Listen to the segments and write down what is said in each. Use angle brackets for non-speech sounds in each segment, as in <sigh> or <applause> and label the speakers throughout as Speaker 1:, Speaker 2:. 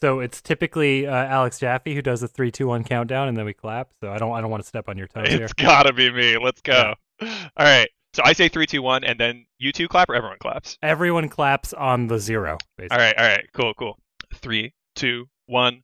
Speaker 1: So it's typically uh, Alex Jaffe who does the three, two, one countdown, and then we clap. So I don't, I don't want to step on your toes here.
Speaker 2: It's gotta be me. Let's go. All right. So I say three, two, one, and then you two clap or everyone claps.
Speaker 1: Everyone claps on the zero. Basically.
Speaker 2: All right. All right. Cool. Cool. Three, two, one.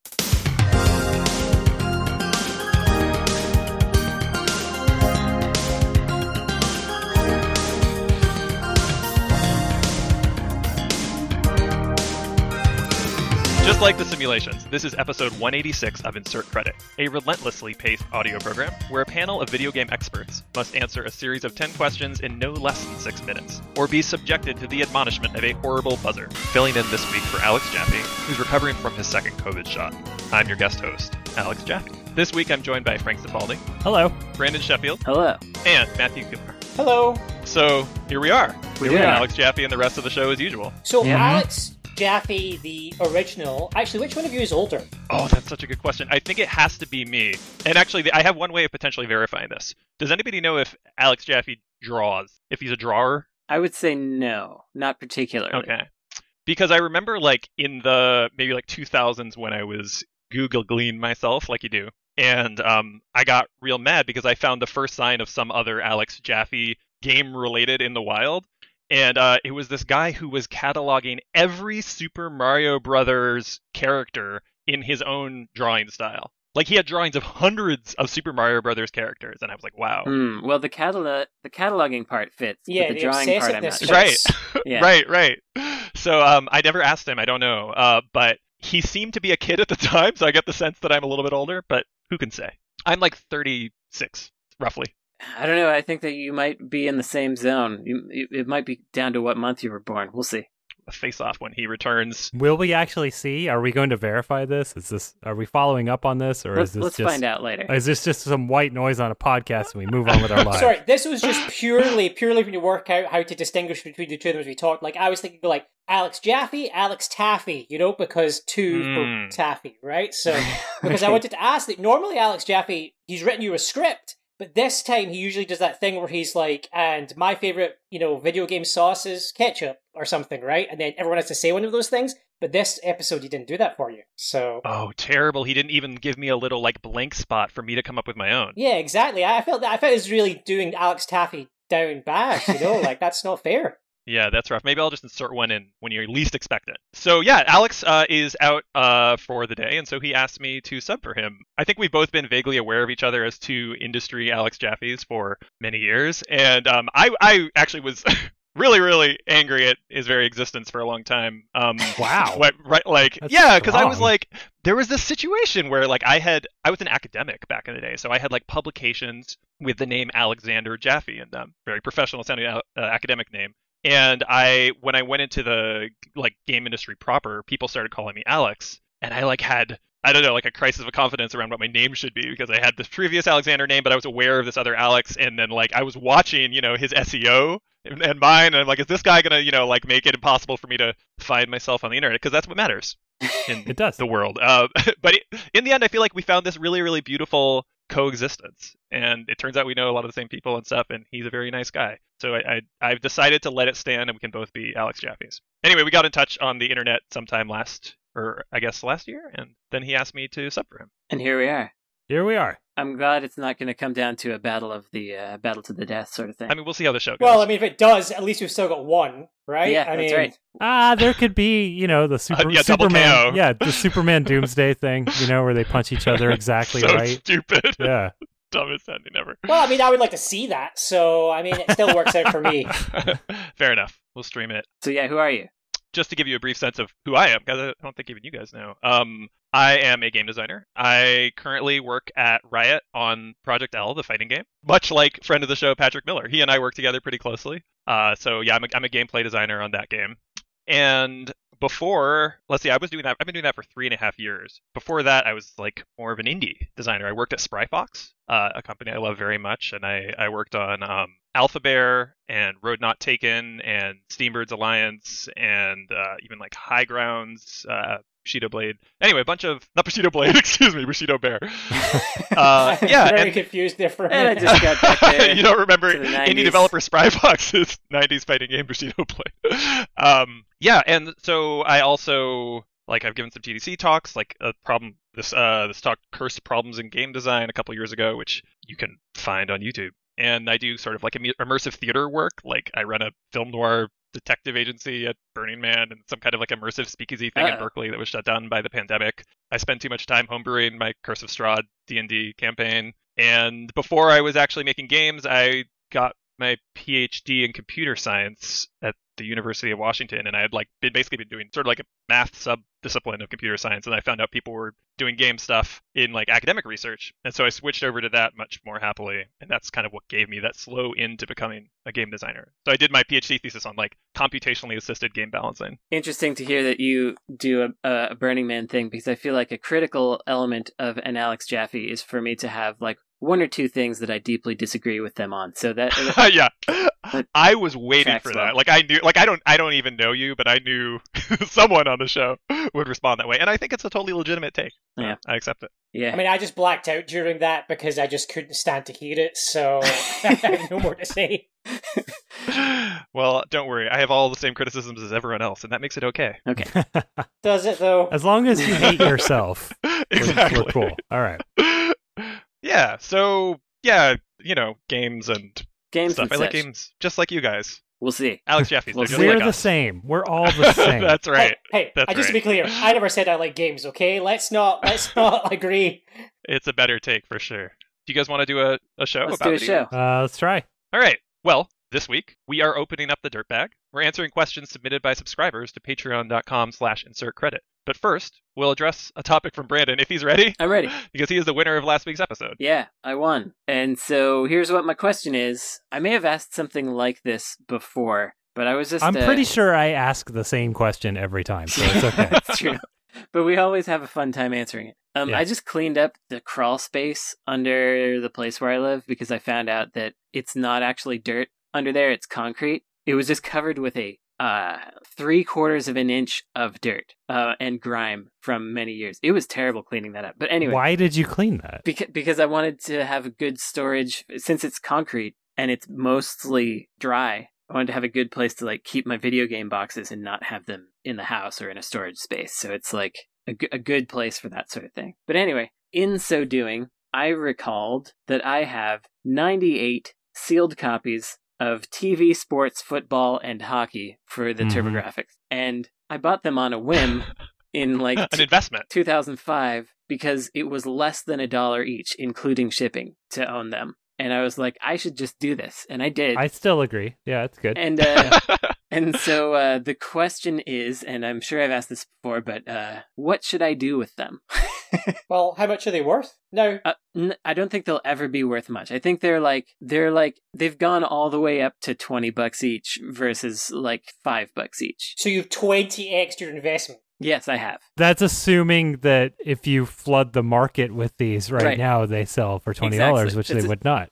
Speaker 2: Just like the simulations, this is episode 186 of Insert Credit, a relentlessly paced audio program where a panel of video game experts must answer a series of 10 questions in no less than 6 minutes, or be subjected to the admonishment of a horrible buzzer. Filling in this week for Alex Jaffe, who's recovering from his second COVID shot. I'm your guest host, Alex Jaffe. This week I'm joined by Frank Zifaldi,
Speaker 1: Hello.
Speaker 2: Brandon Sheffield,
Speaker 3: Hello.
Speaker 2: and Matthew Kupfer.
Speaker 4: Hello.
Speaker 2: So here we are. Here we
Speaker 3: We did
Speaker 2: are,
Speaker 3: it.
Speaker 2: Alex Jaffe and the rest of the show as usual.
Speaker 4: So
Speaker 3: Yeah.
Speaker 4: Alex Jaffe, the original. Actually, which one of you is older?
Speaker 2: Oh, that's such a good question. I think it has to be me. And actually, th- I have one way of potentially verifying this. Does anybody know if Alex Jaffe draws? If he's a drawer?
Speaker 3: I would say no, not particularly.
Speaker 2: Okay. Because I remember, like, in the maybe like 2000s when I was Googling myself, like you do, and um, I got real mad because I found the first sign of some other Alex Jaffe game related in the wild. And uh, it was this guy who was cataloging every Super Mario Brothers character in his own drawing style. Like he had drawings of hundreds of Super Mario Brothers characters, and I was like, "Wow,
Speaker 3: Hmm, well, the catalog the cataloging part fits. but
Speaker 4: Yeah,
Speaker 3: the
Speaker 4: the
Speaker 3: drawing part I'm not
Speaker 4: obsessiveness
Speaker 3: sure.
Speaker 2: right,
Speaker 3: Yeah.
Speaker 2: right, right." So um, I never asked him. I don't know, uh, but he seemed to be a kid at the time, so I get the sense that I'm a little bit older. But who can say? I'm like 36, roughly.
Speaker 3: I don't know. I think that you might be in the same zone. You, it, it might be down to what month you were born. We'll see.
Speaker 2: Face off when he returns.
Speaker 1: Will we actually see? Are we going to verify this? Is this? Are we following up on this, or
Speaker 3: Let's,
Speaker 1: is this
Speaker 3: let's
Speaker 1: just?
Speaker 3: find out later.
Speaker 1: Is this just some white noise on a podcast, and we move on with
Speaker 3: <laughs>
Speaker 1: our lives?
Speaker 4: Sorry, this was just purely, purely when you work out how to distinguish between the two of them as we talked. Like I was thinking, like Alex Jaffe, Alex Taffy, you know, because two
Speaker 2: Mm.
Speaker 4: for Taffy,
Speaker 3: <laughs>
Speaker 4: right? So because I wanted to ask that normally Alex Jaffe, he's written you a script, but this time he usually does that thing where he's like, and my favorite, you know, video game sauce is ketchup or something, right? And then everyone has to say one of those things. But this episode, he didn't do that for you, so.
Speaker 2: Oh, terrible! He didn't even give me a little like blank spot for me to come up with my own.
Speaker 4: Yeah, exactly. I I felt that I felt it was really doing Alex Taffy down bad. You know, like that's
Speaker 3: <laughs>
Speaker 4: not fair.
Speaker 2: Yeah, that's rough. Maybe I'll just insert one in when you least expect it. So yeah, Alex uh, is out uh, for the day, and so he asked me to sub for him. I think we've both been vaguely aware of each other as two industry Alex Jaffes for many years, and um, I I actually was <laughs> really really angry at his very existence for a long time. Um,
Speaker 1: Wow.
Speaker 2: <laughs> what, right, like
Speaker 1: That's
Speaker 2: yeah, because I was
Speaker 1: strong.
Speaker 2: like, there was this situation where like I had I was an academic back in the day, so I had like publications with the name Alexander Jaffe in them, very professional sounding uh, academic name. And I when I went into the like game industry proper, people started calling me Alex, and I like had I don't know like a crisis of confidence around what my name should be because I had this previous Alexander name, but I was aware of this other Alex, and then like I was watching you know his SEO. And and mine, and I'm like, is this guy gonna, you know, like make it impossible for me to find myself on the internet? Because that's what matters in
Speaker 1: It does.
Speaker 2: the world. Uh, <laughs> but it, in the end, I feel like we found this really, really beautiful coexistence, and it turns out we know a lot of the same people and stuff. And he's a very nice guy, so I, I I've decided to let it stand, and we can both be Alex Jaffes. Anyway, we got in touch on the internet sometime last, or I guess last year, and then he asked me to sub for him.
Speaker 3: And here we are.
Speaker 1: Here we are.
Speaker 3: I'm glad it's not going to come down to a battle of the uh, battle to the death sort of thing.
Speaker 2: I mean, we'll see how the show goes.
Speaker 4: Well, I mean, if it does, at least we've still got one, right?
Speaker 3: yeah,
Speaker 4: I
Speaker 3: that's
Speaker 4: mean,
Speaker 3: right.
Speaker 1: Ah, there could be, you know, the super,
Speaker 2: Uh, yeah, double
Speaker 1: Superman,
Speaker 2: KO.
Speaker 1: yeah, the Superman Doomsday thing, you know, where they punch each
Speaker 2: <laughs>
Speaker 1: other exactly
Speaker 2: so
Speaker 1: right.
Speaker 2: stupid,
Speaker 1: Yeah,
Speaker 2: <laughs>
Speaker 1: <laughs>
Speaker 2: dumbest ending ever. <laughs>
Speaker 4: Well, I mean, I would like to see that. So, I mean, it still works out
Speaker 3: <laughs>
Speaker 4: for me.
Speaker 2: Fair enough. We'll stream it.
Speaker 3: So yeah, who are you? <laughs>
Speaker 2: just to give you a brief sense of who I am, because I don't think even you guys know. Um, I am a game designer. I currently work at Riot on Project L, the fighting game. Much like friend of the show Patrick Miller, he and I work together pretty closely. Uh, so yeah, I'm a, I'm a gameplay designer on that game. And before, let's see, I was doing that. I've been doing that for three and a half years. Before that, I was like more of an indie designer. I worked at Spryfox, uh, a company I love very much, and I I worked on um, Alpha Bear and Road Not Taken and Steambirds Alliance and uh, even like High Grounds, uh, Bushido Blade. Anyway, a bunch of not Bushido Blade, <laughs> excuse me, Bushido Bear. Uh,
Speaker 4: <laughs> I'm
Speaker 2: yeah,
Speaker 4: very
Speaker 2: and
Speaker 4: confused there for a
Speaker 3: And I <laughs>
Speaker 4: minute.
Speaker 3: just got back there.
Speaker 2: <laughs> you don't remember
Speaker 3: to the
Speaker 2: indie
Speaker 3: 90s.
Speaker 2: developer <laughs> Spybox's 90s fighting game Bushido play. Um, yeah, and so I also Like I've given some TDC talks, like a problem this uh this talk curse problems in game design a couple years ago, which you can find on YouTube. And I do sort of like imme- immersive theater work. Like I run a film noir detective agency at Burning Man and some kind of like immersive speakeasy thing in
Speaker 3: Uh-oh.
Speaker 2: Berkeley that was shut down by the pandemic. I spent too much time homebrewing my Curse of Strahd D&D campaign. And before I was actually making games, I got my PhD in computer science at the University of Washington, and I had like been basically been doing sort of like a math sub discipline of computer science, and I found out people were doing game stuff in like academic research, and so I switched over to that much more happily, and that's kind of what gave me that slow into becoming a game designer. So I did my PhD thesis on like computationally assisted game balancing. <laughs>
Speaker 3: Interesting to hear that you do a, a Burning Man thing because I feel like a critical element of an Alex Jaffe is for me to have like one or two things that I deeply disagree with them on.
Speaker 1: <laughs>
Speaker 3: So that uh,
Speaker 2: yeah, I was waiting
Speaker 3: Tracks
Speaker 2: for
Speaker 3: well.
Speaker 2: that. Like I knew, like I don't, I don't even know you, but I knew <laughs> someone on the show would respond that way, and I think it's a totally legitimate take. So
Speaker 3: Yeah.
Speaker 2: I accept it. <sighs>
Speaker 3: <laughs>
Speaker 4: I
Speaker 3: yeah,
Speaker 4: mean, I just blacked out during that because I just couldn't stand to hear it, so <laughs> I
Speaker 1: <laughs>
Speaker 4: have no more to say.
Speaker 2: well, don't worry, I have all the same criticisms as everyone else, and that makes it okay. <laughs>
Speaker 4: Does it though?
Speaker 1: as long as you hate yourself,
Speaker 2: <laughs>
Speaker 1: we're,
Speaker 2: exactly.
Speaker 1: we're cool. All right.
Speaker 2: <laughs> yeah. So yeah, you know, games and
Speaker 3: games
Speaker 2: stuff.
Speaker 3: and
Speaker 2: I like
Speaker 3: such.
Speaker 2: games just like you guys.
Speaker 3: We'll see.
Speaker 2: Alex Jaffe.
Speaker 3: Well,
Speaker 2: they're just
Speaker 1: we're
Speaker 2: like
Speaker 1: the
Speaker 2: <laughs> us.
Speaker 1: same. We're all the same.
Speaker 2: That's right.
Speaker 4: Hey, hey,
Speaker 2: That's
Speaker 4: I just to
Speaker 2: right.
Speaker 4: be clear, I never said I like games. Okay, let's not let's not agree.
Speaker 2: It's a better take for sure. Do you guys want to do a, a show?
Speaker 3: Let's
Speaker 2: about
Speaker 3: do a
Speaker 2: video
Speaker 3: show.
Speaker 1: uh, let's try.
Speaker 2: All right. Well, this week we are opening up the dirtbag. We're answering questions submitted by subscribers to patreon.com slash insert credit. But first, we'll address a topic from Brandon if he's ready,
Speaker 3: I'm ready.
Speaker 2: because he is the winner of last week's episode.
Speaker 3: Yeah, I won. And so here's what my question is. I may have asked something like this before, but I was just
Speaker 1: I'm
Speaker 3: uh,
Speaker 1: pretty sure I ask the same question every time, so it's okay.
Speaker 3: <laughs> That's true. But we always have a fun time answering it. Um,
Speaker 1: Yeah.
Speaker 3: I just cleaned up the crawl space under the place where I live because I found out that it's not actually dirt under there; it's concrete. It was just covered with a uh, three quarters of an inch of dirt uh, and grime from many years. It was terrible cleaning that up. But anyway,
Speaker 1: Why did you clean that?
Speaker 3: Beca- because I wanted to have good storage since it's concrete and it's mostly dry. I wanted to have a good place to like keep my video game boxes and not have them in the house or in a storage space. So it's like a g- a good place for that sort of thing. But anyway, in so doing, I recalled that I have 98 sealed copies of TV, sports, football, and hockey for the
Speaker 1: Mhm.
Speaker 3: TurboGrafx. And I bought them on a whim in like
Speaker 2: An investment.
Speaker 3: 2005 because it was less than a dollar each, including shipping, to own them. And I was like, I should just do this, and I did.
Speaker 1: I still agree. Yeah, it's good.
Speaker 3: and uh, and so uh, the question is, and I'm sure I've asked this before, but uh, what should I do with them?
Speaker 4: Well, how much are they worth? No,
Speaker 3: Uh, n- I don't think they'll ever be worth much. I think they're like they're like they've gone all the way up to twenty bucks each versus like five bucks each.
Speaker 4: so you've twenty extra investment.
Speaker 3: Yes, I have.
Speaker 1: That's assuming that if you flood the market with these right,
Speaker 3: Right.
Speaker 1: now, they sell for twenty dollars,
Speaker 3: Exactly.
Speaker 1: which
Speaker 3: It's
Speaker 1: they
Speaker 3: a-
Speaker 1: would not.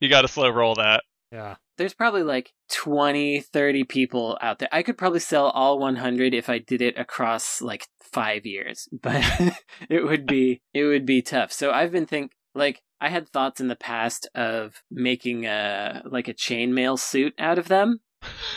Speaker 2: you got to slow roll that.
Speaker 1: Yeah.
Speaker 3: there's probably like 20 30 people out there i could probably sell all 100 if i did it across like five years <laughs> but it would be it would be tough so i've been think like i had thoughts in the past of making a like a chainmail suit out of them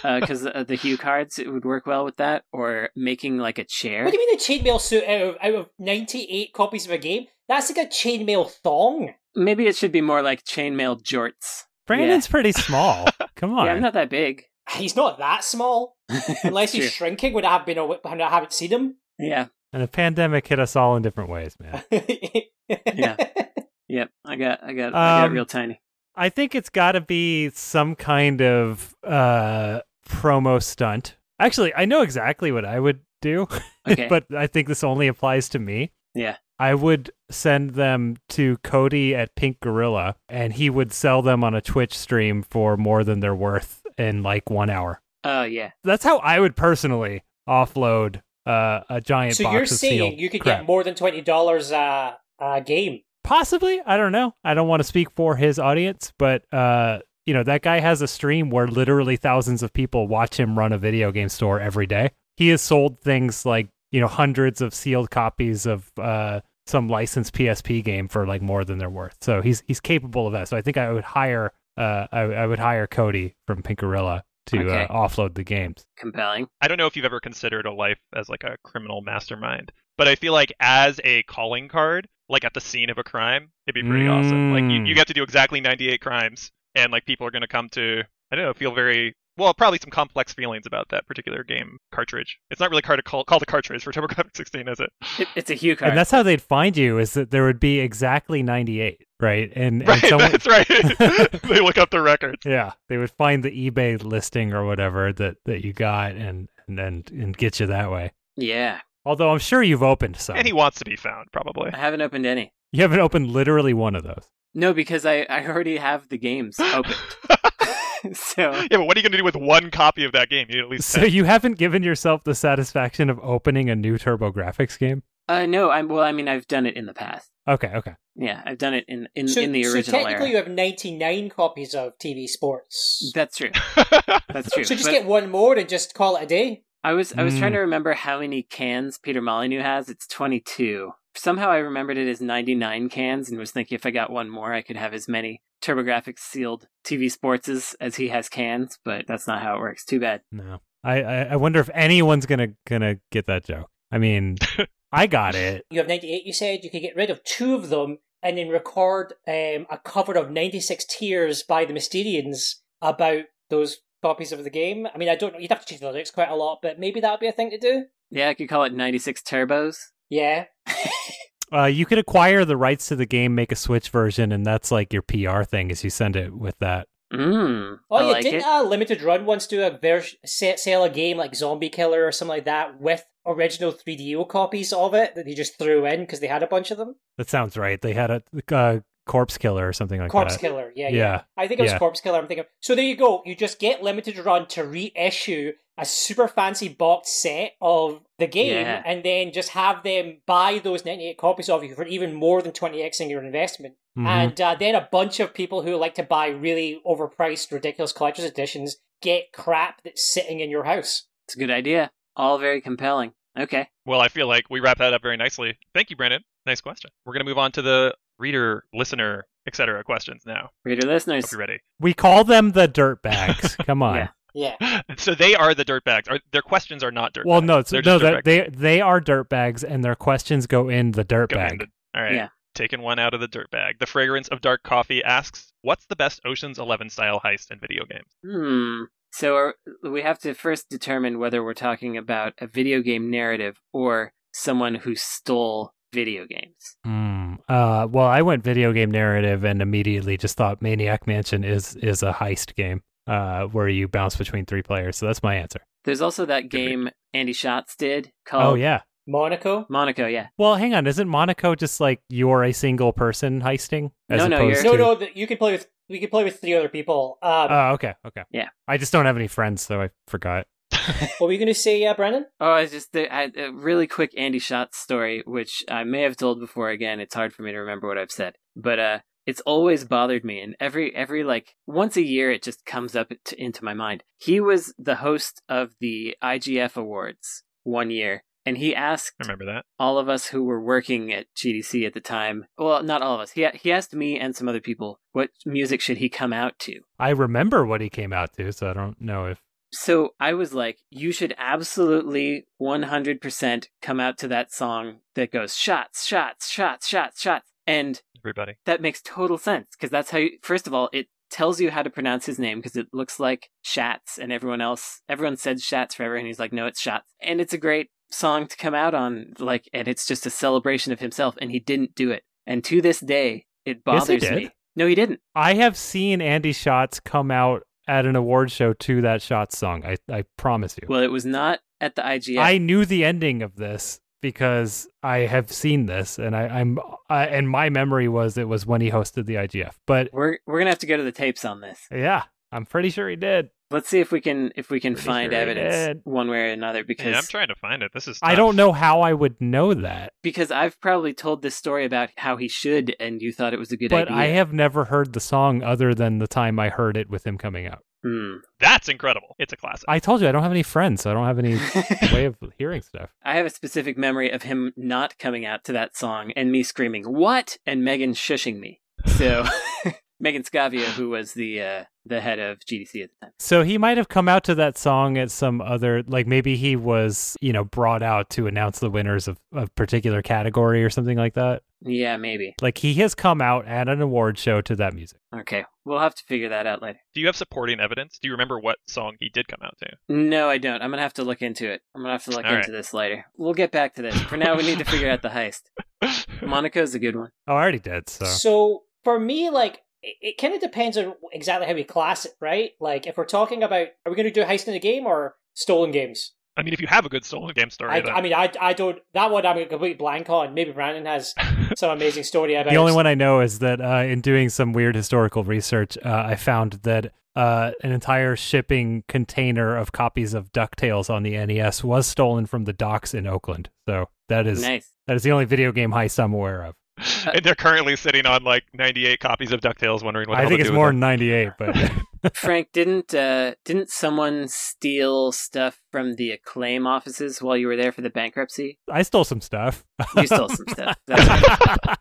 Speaker 3: because uh, the hue cards it would work well with that or making like a chair
Speaker 4: What do you mean a chainmail suit out of, out of ninety eight copies of a game? That's like a chainmail thong.
Speaker 3: maybe it should be more like chainmail jorts
Speaker 1: Brandon's pretty
Speaker 3: <laughs>
Speaker 1: small. Come on.
Speaker 3: yeah i'm not that big
Speaker 4: He's not that small,
Speaker 3: <laughs>
Speaker 4: unless he's
Speaker 3: True.
Speaker 4: shrinking when I have been aw- when I haven't seen him. <laughs>
Speaker 3: yeah
Speaker 1: and the pandemic hit us all in different ways, man.
Speaker 4: yeah.
Speaker 3: yep i got i got i got
Speaker 1: Um,
Speaker 3: real tiny
Speaker 4: <laughs>
Speaker 1: I think it's got to be some kind of uh, promo stunt. Actually, I know exactly what I would do. <laughs>
Speaker 3: okay
Speaker 1: but I think this only applies to me.
Speaker 3: Yeah.
Speaker 1: I would send them to Cody at Pink Gorilla and he would sell them on a Twitch stream for more than they're worth in like one hour.
Speaker 3: oh yeah
Speaker 1: That's how I would personally offload uh, a giant
Speaker 4: So
Speaker 1: box
Speaker 4: you're
Speaker 1: of
Speaker 4: saying
Speaker 1: sealed
Speaker 4: you could
Speaker 1: crap.
Speaker 4: get more than twenty dollars a a game?
Speaker 1: Possibly. I don't know. I don't want to speak for his audience, but uh, you know, that guy has a stream where literally thousands of people watch him run a video game store every day. He has sold things like, you know, hundreds of sealed copies of uh some licensed PSP game for like more than they're worth. So he's he's capable of that. So I think I would hire uh I, I would hire Cody from Pinkerilla to
Speaker 3: Okay.
Speaker 1: uh, offload the games.
Speaker 3: Compelling.
Speaker 2: I don't know if you've ever considered a life as like a criminal mastermind, but I feel like as a calling card, like at the scene of a crime, it'd be pretty awesome. Like you,
Speaker 1: Mm.
Speaker 2: you get to do exactly 98 crimes, and like people are gonna come to I don't know feel very well probably some complex feelings about that particular game cartridge. It's not really card- call, called a cartridge for <laughs> TurboGrafx 16, is it?
Speaker 3: It, it's a hue card.
Speaker 1: And that's how they'd find you is that there would be exactly 98, right? And,
Speaker 2: <laughs> Right,
Speaker 1: and someone,
Speaker 2: <laughs> that's right. they look up the <laughs> records.
Speaker 1: yeah, they would find the eBay listing or whatever that, that you got and, and, and, and get you that way.
Speaker 3: yeah.
Speaker 1: Although I'm sure you've opened some.
Speaker 2: And he wants to be found, probably.
Speaker 3: I haven't opened any.
Speaker 1: You haven't opened literally one of those.
Speaker 3: No, because I, I already have the
Speaker 1: <laughs>
Speaker 3: games open. <laughs> so
Speaker 2: <laughs> yeah, but what are you going to do with one copy of that game? You need at least
Speaker 1: So
Speaker 2: 10.
Speaker 1: you haven't given yourself the satisfaction of opening a new TurboGrafx game?
Speaker 3: uh no, I'm well I mean I've done it in the past.
Speaker 1: Okay, okay.
Speaker 3: Yeah, I've done it in in,
Speaker 4: so,
Speaker 3: in the
Speaker 4: so
Speaker 3: original
Speaker 4: technically,
Speaker 3: era.
Speaker 4: you have ninety nine copies of TV Sports.
Speaker 3: That's true.
Speaker 2: <laughs>
Speaker 3: That's true.
Speaker 4: <laughs> so just
Speaker 3: But
Speaker 4: get one more and just call it a day.
Speaker 3: I was I was
Speaker 1: Mm.
Speaker 3: trying to remember how many cans Peter Molyneux has. It's 22. Somehow I remembered it as 99 cans and was thinking if I got one more I could have as many TurboGrafx sealed TV sports as he has cans, but that's not how it works. Too bad.
Speaker 1: No, I, I I wonder if anyone's gonna gonna get that joke. I
Speaker 4: <laughs>
Speaker 1: mean, I got it.
Speaker 4: You have ninety eight. You said you could get rid of two of them and then record um, a cover of ninety six tears by the Mysterians about those copies of the game. I mean, I don't know. You'd have to change the lyrics quite a lot, but maybe that would be a thing to do.
Speaker 3: Yeah, I could call it 96 turbos.
Speaker 4: Yeah.
Speaker 1: Uh, you could acquire the rights to the game, make a Switch version, and that's like your PR thing is you send it with that.
Speaker 3: Mm.
Speaker 4: Oh,
Speaker 3: I
Speaker 4: yeah,
Speaker 3: like
Speaker 4: didn't
Speaker 3: it.
Speaker 4: uh, Limited Run once do a vers- sa- sell a game like Zombie Killer or something like that with original 3DO copies of it that they just threw in because they had a bunch of them?
Speaker 1: That sounds right. They had a uh, corpse killer or something like
Speaker 4: Corpse
Speaker 1: that.
Speaker 4: Killer, yeah, yeah,
Speaker 1: Yeah,
Speaker 4: I think it was
Speaker 1: yeah.
Speaker 4: Corpse Killer. I'm thinking. So there you go. You just get Limited Run to reissue a super fancy box set of the game,
Speaker 3: Yeah.
Speaker 4: and then just have them buy those 98 copies of you for even more than 20xing your investment.
Speaker 1: Mhm.
Speaker 4: And uh, then a bunch of people who like to buy really overpriced, ridiculous collector's editions get crap that's sitting in your house.
Speaker 3: It's a good idea. All very compelling. Okay.
Speaker 2: Well, I feel like we wrap that up very nicely. Thank you, Brandon. Nice question. We're going to move on to the reader, listener, etc. questions now.
Speaker 3: Reader
Speaker 2: Hope
Speaker 3: listeners.
Speaker 2: you're ready. <laughs>
Speaker 1: we call them the dirtbags. Come on.
Speaker 3: Yeah.
Speaker 4: Yeah.
Speaker 2: So they are the dirtbags. Are their questions are not dirtbags?
Speaker 1: Well, no, it's,
Speaker 2: They're
Speaker 1: no,
Speaker 2: just
Speaker 1: that
Speaker 2: dirtbags.
Speaker 1: they they are dirtbags, and their questions go in the
Speaker 2: Go in
Speaker 1: dirtbag.
Speaker 2: the- All right.
Speaker 3: Yeah.
Speaker 2: Taking one out of the dirtbag. The fragrance of dark coffee asks, "What's the best Ocean's Eleven style heist in video games?"
Speaker 3: Hmm. So are, we have to first determine whether we're talking about a video game narrative or someone who stole video games.
Speaker 1: Hmm. Uh, well, I went video game narrative and immediately just thought Maniac Mansion is is a heist game uh, where you bounce between three players. So that's my answer.
Speaker 3: There's also that
Speaker 2: Could be.
Speaker 3: game Andy Schatz did
Speaker 1: Oh,
Speaker 3: called
Speaker 1: yeah.
Speaker 4: Monaco?
Speaker 3: Monaco. Yeah.
Speaker 1: Well, hang on. Isn't Monaco just like you're a single person heisting?
Speaker 3: No, no, you're-
Speaker 1: opposed
Speaker 4: No,
Speaker 1: to-
Speaker 4: no, that you can play with. We could play with three other people. Um,
Speaker 1: Oh, okay, okay.
Speaker 3: Yeah.
Speaker 1: I just don't have any friends, so I forgot.
Speaker 4: what were you going to say, uh, Brennan?
Speaker 3: Oh, it's just the, I, a really quick Andy Schatz story, which I may have told before. Again, it's hard for me to remember what I've said, but uh, it's always bothered me, and every every like once a year, it just comes up to, into my mind. He was the host of the IGF Awards one year, and he asked
Speaker 2: Remember that?
Speaker 3: all of us who were working at GDC at the time. Well, not all of us. He he asked me and some other people what music should he come out to,
Speaker 1: I remember what he came out to, so I don't know if.
Speaker 3: so I was like, you should absolutely 100% come out to that song that goes shots, shots, shots, shots, shots. And
Speaker 2: Everybody.
Speaker 3: that makes total sense because that's how, you, first of all, it tells you how to pronounce his name because it looks like Shats and everyone else, everyone said Shats forever and he's like, no, it's Shots. And it's a great song to come out on, like, and it's just a celebration of himself and he didn't do it. And to this day, it
Speaker 1: Yes,
Speaker 3: bothers
Speaker 1: he did.
Speaker 3: me. No, he didn't.
Speaker 1: I have seen Andy Schatz come out at an award show to that Schatz song. I, I promise you.
Speaker 3: Well, it was not at the IGF.
Speaker 1: I knew the ending of this because I have seen this, and I, I'm I, and my memory was it was when he hosted the IGF. But
Speaker 3: we're we're gonna have to go to the tapes on this.
Speaker 1: yeah, I'm pretty sure he did.
Speaker 3: Let's see if we can if we can
Speaker 1: Pretty
Speaker 3: find
Speaker 1: sure he
Speaker 3: evidence
Speaker 1: did.
Speaker 3: one way or another because
Speaker 2: Yeah, I'm trying to find it. This is.
Speaker 1: I
Speaker 2: tough.
Speaker 1: don't know how I would know that,
Speaker 3: because I've probably told this story about how he should and you thought it was a good
Speaker 1: but
Speaker 3: idea.
Speaker 1: I have never heard the song other than the time I heard it with him coming out.
Speaker 3: Hmm.
Speaker 2: That's incredible. It's a classic.
Speaker 1: I told you I don't have any friends, so I don't have
Speaker 3: <laughs>
Speaker 1: any way of hearing stuff.
Speaker 3: Hmm. I have a specific memory of him not coming out to that song and me screaming "What?" and Megan shushing me. So <laughs> Megan Scavia, who was the uh, the head of GDC at the time.
Speaker 1: So he might have come out to that song at some other, like maybe he was, you know, brought out to announce the winners of a particular category or something like that.
Speaker 3: Yeah, maybe.
Speaker 1: Like he has come out at an award show to that music.
Speaker 3: Okay, we'll have to figure that out later.
Speaker 2: Do you have supporting evidence? Do you remember what song he did come out to? <laughs>
Speaker 3: No, I don't. I'm gonna have to look into it. I'm gonna have to look
Speaker 2: All right.
Speaker 3: into this later. We'll get back to this. For now, we need to figure out the heist.
Speaker 1: <laughs>
Speaker 3: Monaco's a good one.
Speaker 1: Oh, I already did. So,
Speaker 4: So for me, like it, it kind of depends on exactly how we class it, right? Like if we're talking about, are we going to do heist in a game or stolen games?
Speaker 2: I mean, if you have a good stolen game story,
Speaker 4: I,
Speaker 2: then-
Speaker 4: I mean, I I don't that one. I'm a complete blank on. Maybe
Speaker 1: <laughs>
Speaker 4: Brandon has some amazing story about
Speaker 1: the only one I know is that uh, in doing some weird historical research, uh, I found that uh, an entire shipping container of copies of DuckTales on the NES was stolen from the docks in Oakland. So that is
Speaker 3: Nice.
Speaker 1: that is the only video game heist I'm aware of.
Speaker 2: and they're currently sitting on like 98 copies of Ducktales, wondering what the
Speaker 1: I
Speaker 2: hell
Speaker 1: think
Speaker 2: to
Speaker 1: it's
Speaker 2: do with
Speaker 1: more
Speaker 2: them.
Speaker 1: than 98, but
Speaker 2: <laughs>
Speaker 3: Frank, didn't uh, didn't someone steal stuff from the acclaim offices while you were there for the bankruptcy?
Speaker 1: I stole some stuff.
Speaker 3: You stole some stuff. That's right.
Speaker 1: um,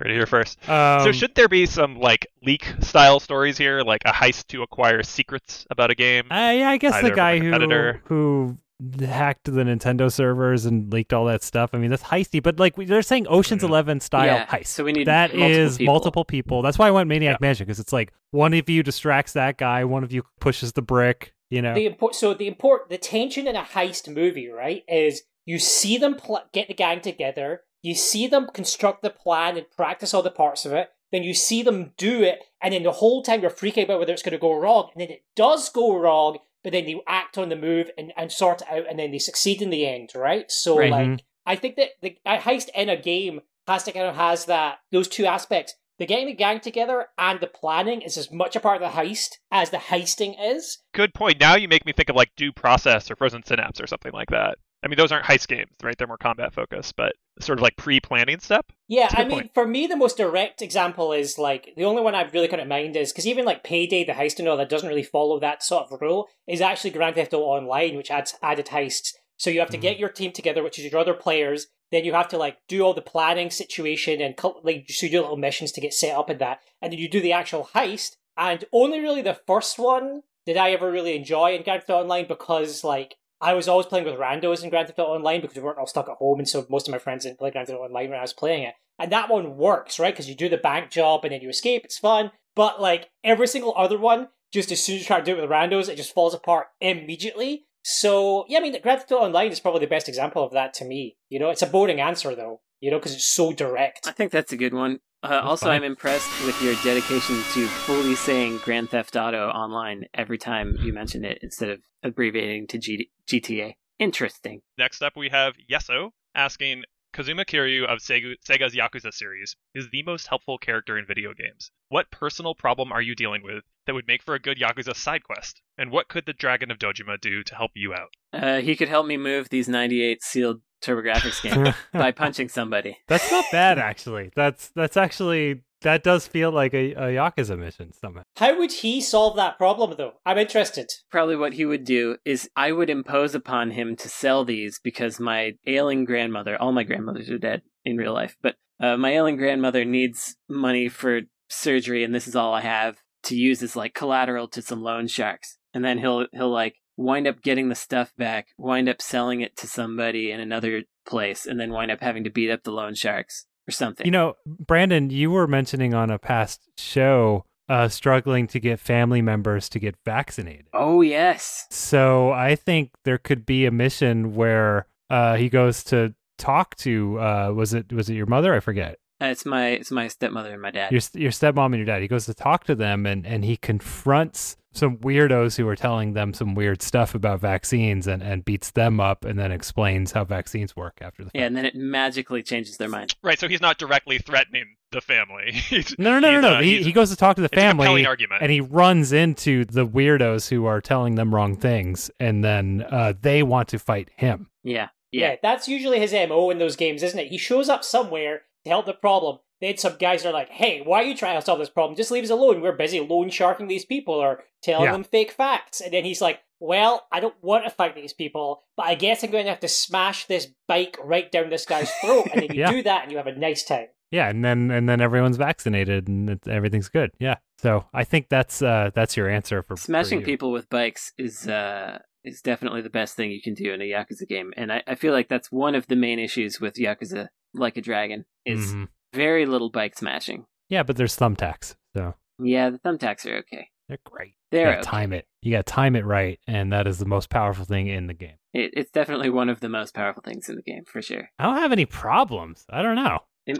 Speaker 2: Right here first. so should there be some like leak style stories here, like a heist to acquire secrets about a game?
Speaker 1: Uh, yeah, I guess
Speaker 2: Either
Speaker 1: the
Speaker 2: from
Speaker 1: guy
Speaker 2: a
Speaker 1: who
Speaker 2: competitor.
Speaker 1: who hacked the Nintendo servers and leaked all that stuff. I mean, that's heisty, but like we- they're saying Ocean's
Speaker 2: Mhm.
Speaker 1: Eleven style
Speaker 3: Yeah,
Speaker 1: heist.
Speaker 3: so we need
Speaker 1: that
Speaker 3: multiple
Speaker 1: is
Speaker 3: people.
Speaker 1: multiple people. That's why I want Maniac Mansion because it's like one of you distracts that guy, one of you pushes the brick. You know,
Speaker 4: The import, so the import, the tension in a heist movie, right, is you see them pl- get the gang together, you see them construct the plan and practice all the parts of it, then you see them do it, and then the whole time you're freaking about whether it's going to go wrong, and then it does go wrong, but then you act on the move and, and sort it out, and then they succeed in the end, right? So
Speaker 3: Right.
Speaker 4: like,
Speaker 1: Mhm.
Speaker 4: I think that the a heist in a game has to kind of has that those two aspects. The getting the gang together and the planning is as much a part of the heist as the heisting is.
Speaker 2: Good point. Now you make me think of like Due Process or Frozen Synapse or something like that. I mean, those aren't heist games, right? They're more combat focused, but sort of like pre-planning step.
Speaker 4: Yeah,
Speaker 2: That's a
Speaker 4: I
Speaker 2: good
Speaker 4: mean,
Speaker 2: point.
Speaker 4: for me, the most direct example is like the only one I really kind of mind is because even like Payday, the heist and all that doesn't really follow that sort of rule is actually Grand Theft Auto Online, which adds added heists. So you have to
Speaker 2: Mm.
Speaker 4: get your team together, which is your other players. Then you have to like do all the planning situation and cul- like so you do little missions to get set up and that, and then you do the actual heist. And only really the first one did I ever really enjoy in Grand Theft Auto Online because like I was always playing with randos in Grand Theft Auto Online because we weren't all stuck at home, and so most of my friends didn't play Grand Theft Auto Online when I was playing it. And that one works, right? Because you do the bank job and then you escape. It's fun. But like every single other one, just as soon as you try to do it with randos, it just falls apart immediately. So yeah, I mean, Grand Theft Auto Online is probably the best example of that to me. You know, it's a boring answer though. You know, because it's so direct.
Speaker 3: I think that's a good one. Uh, also,
Speaker 1: fine.
Speaker 3: I'm impressed with your dedication to fully saying Grand Theft Auto Online every time you mention it instead of abbreviating to G- GTA. Interesting.
Speaker 2: Next up, we have Yeso asking Kazuma Kiryu of Segu- Sega's Yakuza series is the most helpful character in video games. What personal problem are you dealing with that would make for a good Yakuza side quest? And what could the Dragon of Dojima do to help you out?
Speaker 3: Uh, he could help me move these 98 sealed TurboGrafx games by punching somebody.
Speaker 1: that's not
Speaker 3: <laughs>
Speaker 1: bad actually. That's that's actually that does feel like a, a Yakuza mission somehow.
Speaker 4: How would he solve that problem though? I'm interested.
Speaker 3: Probably what he would do is I would impose upon him to sell these because my ailing grandmother, all my grandmothers are dead in real life, but uh, my ailing grandmother needs money for surgery, and this is all I have to use as like collateral to some loan sharks. And then he'll he'll like wind up getting the stuff back, wind up selling it to somebody in another place, and then wind up having to beat up the loan sharks or something.
Speaker 1: You know, Brandon, you were mentioning on a past show uh, struggling to get family members to get vaccinated.
Speaker 3: oh yes,
Speaker 1: So I think there could be a mission where uh, he goes to talk to uh, was it was it your mother? I forget
Speaker 3: Uh, it's my it's my stepmother and my dad.
Speaker 1: your your stepmom and your dad. He goes to talk to them and and he confronts some weirdos who are telling them some weird stuff about vaccines and and beats them up and then explains how vaccines work after the fact.
Speaker 3: yeah, and then it magically changes their mind.
Speaker 2: Right, so he's not directly threatening the family. <laughs> He's-
Speaker 1: no, no, no,
Speaker 2: he's,
Speaker 1: no, no.
Speaker 2: uh,
Speaker 1: he,
Speaker 2: he's-
Speaker 1: he goes to talk to the
Speaker 2: it's a compelling
Speaker 1: family
Speaker 2: argument.
Speaker 1: and he runs into the weirdos who are telling them wrong things, and then uh, they want to fight him.
Speaker 3: Yeah,
Speaker 4: Yeah.
Speaker 3: yeah.
Speaker 4: that's usually his MO in those games, isn't it? He shows up somewhere to help the problem. Then some guys are like, hey, why are you trying to solve this problem? Just leave us alone. We're busy loan sharking these people or telling
Speaker 1: Yeah.
Speaker 4: them fake facts. And then he's like, well, I don't want to fight these people, but I guess I'm going to have to smash this bike right down this guy's throat. And then
Speaker 2: <laughs>
Speaker 4: you
Speaker 1: Yeah.
Speaker 4: do that and you have a nice time.
Speaker 1: Yeah, and then and then everyone's vaccinated and it, everything's good. Yeah. So I think that's uh that's your answer for for
Speaker 3: Smashing
Speaker 1: you. Mm.
Speaker 3: people with bikes is uh is definitely the best thing you can do in a Yakuza game. And I, I feel like that's one of the main issues with Yakuza Like a Dragon is
Speaker 1: Mhm.
Speaker 3: very little bike smashing.
Speaker 1: Yeah, but there's thumbtacks, so
Speaker 3: Yeah, the thumbtacks are okay.
Speaker 1: they're great. You
Speaker 3: They're
Speaker 1: gotta
Speaker 3: okay.
Speaker 1: time it. You gotta time it right, and that is the most powerful thing in the game.
Speaker 3: It, it's definitely one of the most powerful things in the game for sure.
Speaker 1: I don't have any problems. I don't know.
Speaker 2: <laughs>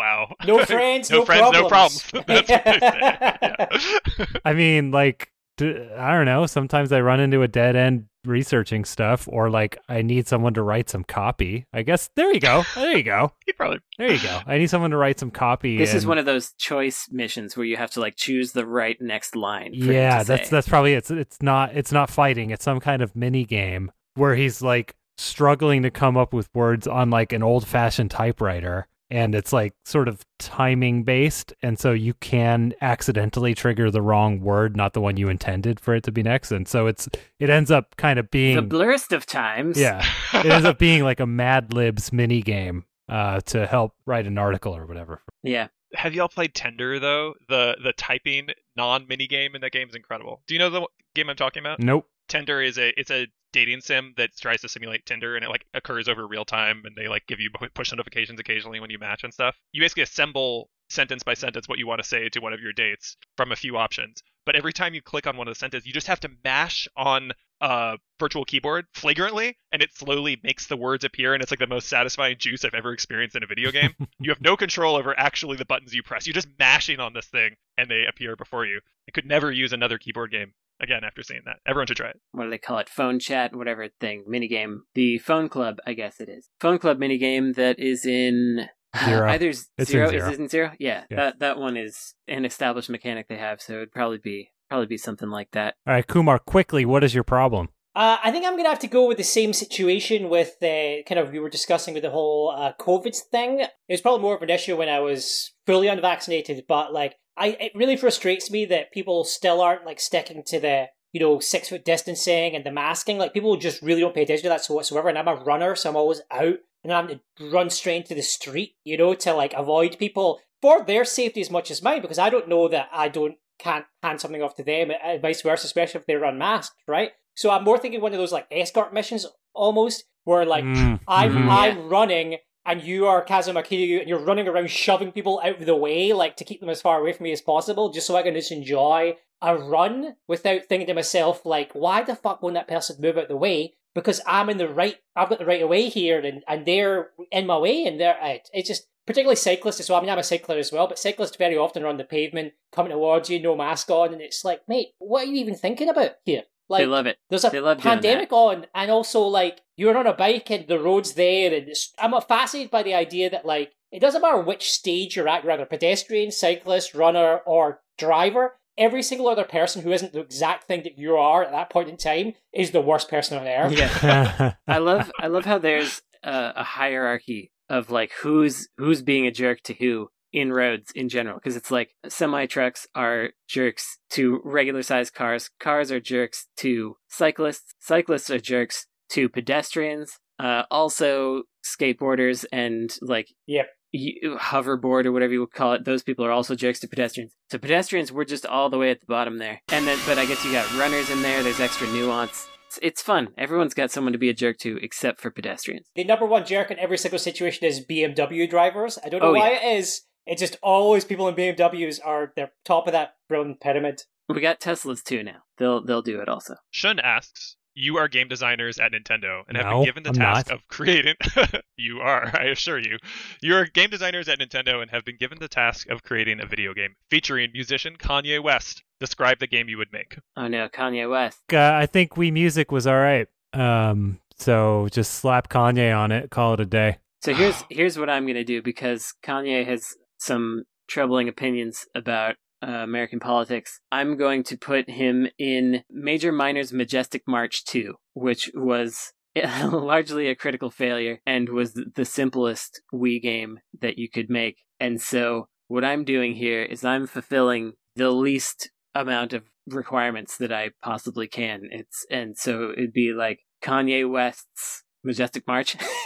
Speaker 2: wow. <laughs>
Speaker 4: No friends,
Speaker 2: no,
Speaker 4: no
Speaker 2: friends, no
Speaker 4: problems.
Speaker 2: problems. <laughs> That's what they
Speaker 4: <laughs>
Speaker 2: say. Yeah. <laughs>
Speaker 1: I mean, like, d- I don't know. Sometimes I run into a dead end researching stuff, or like I need someone to write some copy. I guess there you go. There you go. <laughs>
Speaker 2: He probably
Speaker 1: There you go. I need someone to write some copy.
Speaker 3: This is one of those choice missions where you have to like choose the right next line. For him
Speaker 1: yeah,
Speaker 3: to
Speaker 1: that's
Speaker 3: say.
Speaker 1: that's probably it. it's it's not it's not fighting. It's some kind of mini game where he's like struggling to come up with words on like an old fashioned typewriter, and it's like sort of timing based, and so you can accidentally trigger the wrong word, not the one you intended for it to be next, and so it's it ends up kind of
Speaker 3: the
Speaker 1: being
Speaker 3: blurst of times.
Speaker 1: yeah, it ends up being like a Mad Libs mini game uh, to help write an article or whatever.
Speaker 3: yeah.
Speaker 2: Have y'all played Tender though? The the typing non mini game in that game is incredible. Do you know the game I'm talking about?
Speaker 1: Nope.
Speaker 2: Tinder is a it's a dating sim that tries to simulate Tinder and it like occurs over real time and they like give you <laughs> pu- push notifications occasionally when you match and stuff. You basically assemble sentence by sentence what you want to say to one of your dates from a few options. But every time you click on one of the sentences, you just have to mash on a virtual keyboard flagrantly and it slowly makes the words appear and it's like the most satisfying juice I've ever experienced in a video game. you have no control over actually the buttons you press. You're just mashing on this thing and they appear before you. I could never use another keyboard game again after seeing that. Everyone should try it.
Speaker 3: what do they call it phone chat whatever thing minigame the phone club i guess it is phone club minigame that is in uh,
Speaker 1: Zero.
Speaker 3: either
Speaker 1: It's
Speaker 3: zero
Speaker 1: in Zero.
Speaker 3: is it in zero yeah,
Speaker 1: Yeah.
Speaker 3: that that one is an established mechanic they have so it'd probably be probably be something like that
Speaker 1: All right, Kumar, quickly, what is your problem?
Speaker 4: Uh, I think I'm going to have to go with the same situation with uh, kind of we were discussing with the whole uh, COVID thing. It was probably more of an issue when I was fully unvaccinated, but like I, it really frustrates me that people still aren't like sticking to the you know six foot distancing and the masking. Like people just really don't pay attention to that so whatsoever. And I'm a runner, so I'm always out and I'm having to run straight into the street, you know, to like avoid people for their safety as much as mine because I don't know that I don't can't hand something off to them, and vice versa, especially if they're unmasked, right? So I'm more thinking one of those like escort missions almost, where like
Speaker 1: Mm,
Speaker 4: I'm
Speaker 1: mhm.
Speaker 4: I'm running and you are Kazuma Kiryu and you're running around shoving people out of the way, like to keep them as far away from me as possible, just so I can just enjoy a run without thinking to myself, like, why the fuck won't that person move out the way? Because I'm in the right, I've got the right of way here, and, and they're in my way, and they're out. It's just particularly cyclists as well. I mean, I'm a cycler as well, but cyclists very often are on the pavement, coming towards you, no mask on, and it's like, mate, what are you even thinking about here? Like,
Speaker 3: they love it
Speaker 4: there's a
Speaker 3: They love doing
Speaker 4: pandemic on, and also like you're on a bike and the road's there, and it's, I'm fascinated by the idea that like it doesn't matter which stage you're at, you're either pedestrian, cyclist, runner, or driver. Every single other person who isn't the exact thing that you are at that point in time is the worst person on
Speaker 3: <laughs>
Speaker 4: earth.
Speaker 3: yeah
Speaker 1: <laughs>
Speaker 3: i love i love how there's a, a hierarchy of like who's who's being a jerk to who in roads in general because it's like semi trucks are jerks to regular sized cars cars are jerks to cyclists cyclists are jerks to pedestrians uh also skateboarders and like
Speaker 4: Yep.
Speaker 3: y- hoverboard or whatever you would call it those people are also jerks to pedestrians so pedestrians we're just all the way at the bottom there and then but i guess you got runners in there there's extra nuance it's, it's fun. Everyone's got someone to be a jerk to, except for pedestrians.
Speaker 4: The number one jerk in every single situation is BMW drivers. I don't know
Speaker 3: Oh,
Speaker 4: why it is. It's just always people in BMWs are the top of that brown pyramid.
Speaker 3: We got Teslas too now. They'll they'll do it also.
Speaker 2: Shun asks, "You are game designers at Nintendo and have
Speaker 1: No,
Speaker 2: been given the
Speaker 1: I'm
Speaker 2: task
Speaker 1: not.
Speaker 2: of creating. <laughs> you are, I assure you. You are game designers at Nintendo and have been given the task of creating a video game featuring musician Kanye West. Describe the game you would make.
Speaker 3: Oh no, Kanye West.
Speaker 1: uh, I think We Music was all right. Um, so just slap Kanye on it, call it a day.
Speaker 3: So here's here's what I'm gonna do because Kanye has some troubling opinions about uh, American politics. I'm going to put him in Major Minor's Majestic March 2, which was <laughs> largely a critical failure and was the simplest Wii game that you could make. And so what I'm doing here is I'm fulfilling the least amount of requirements that I possibly can. It's and so it'd be like <laughs> Kanye West's Majestic March. <laughs>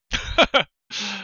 Speaker 3: <laughs> I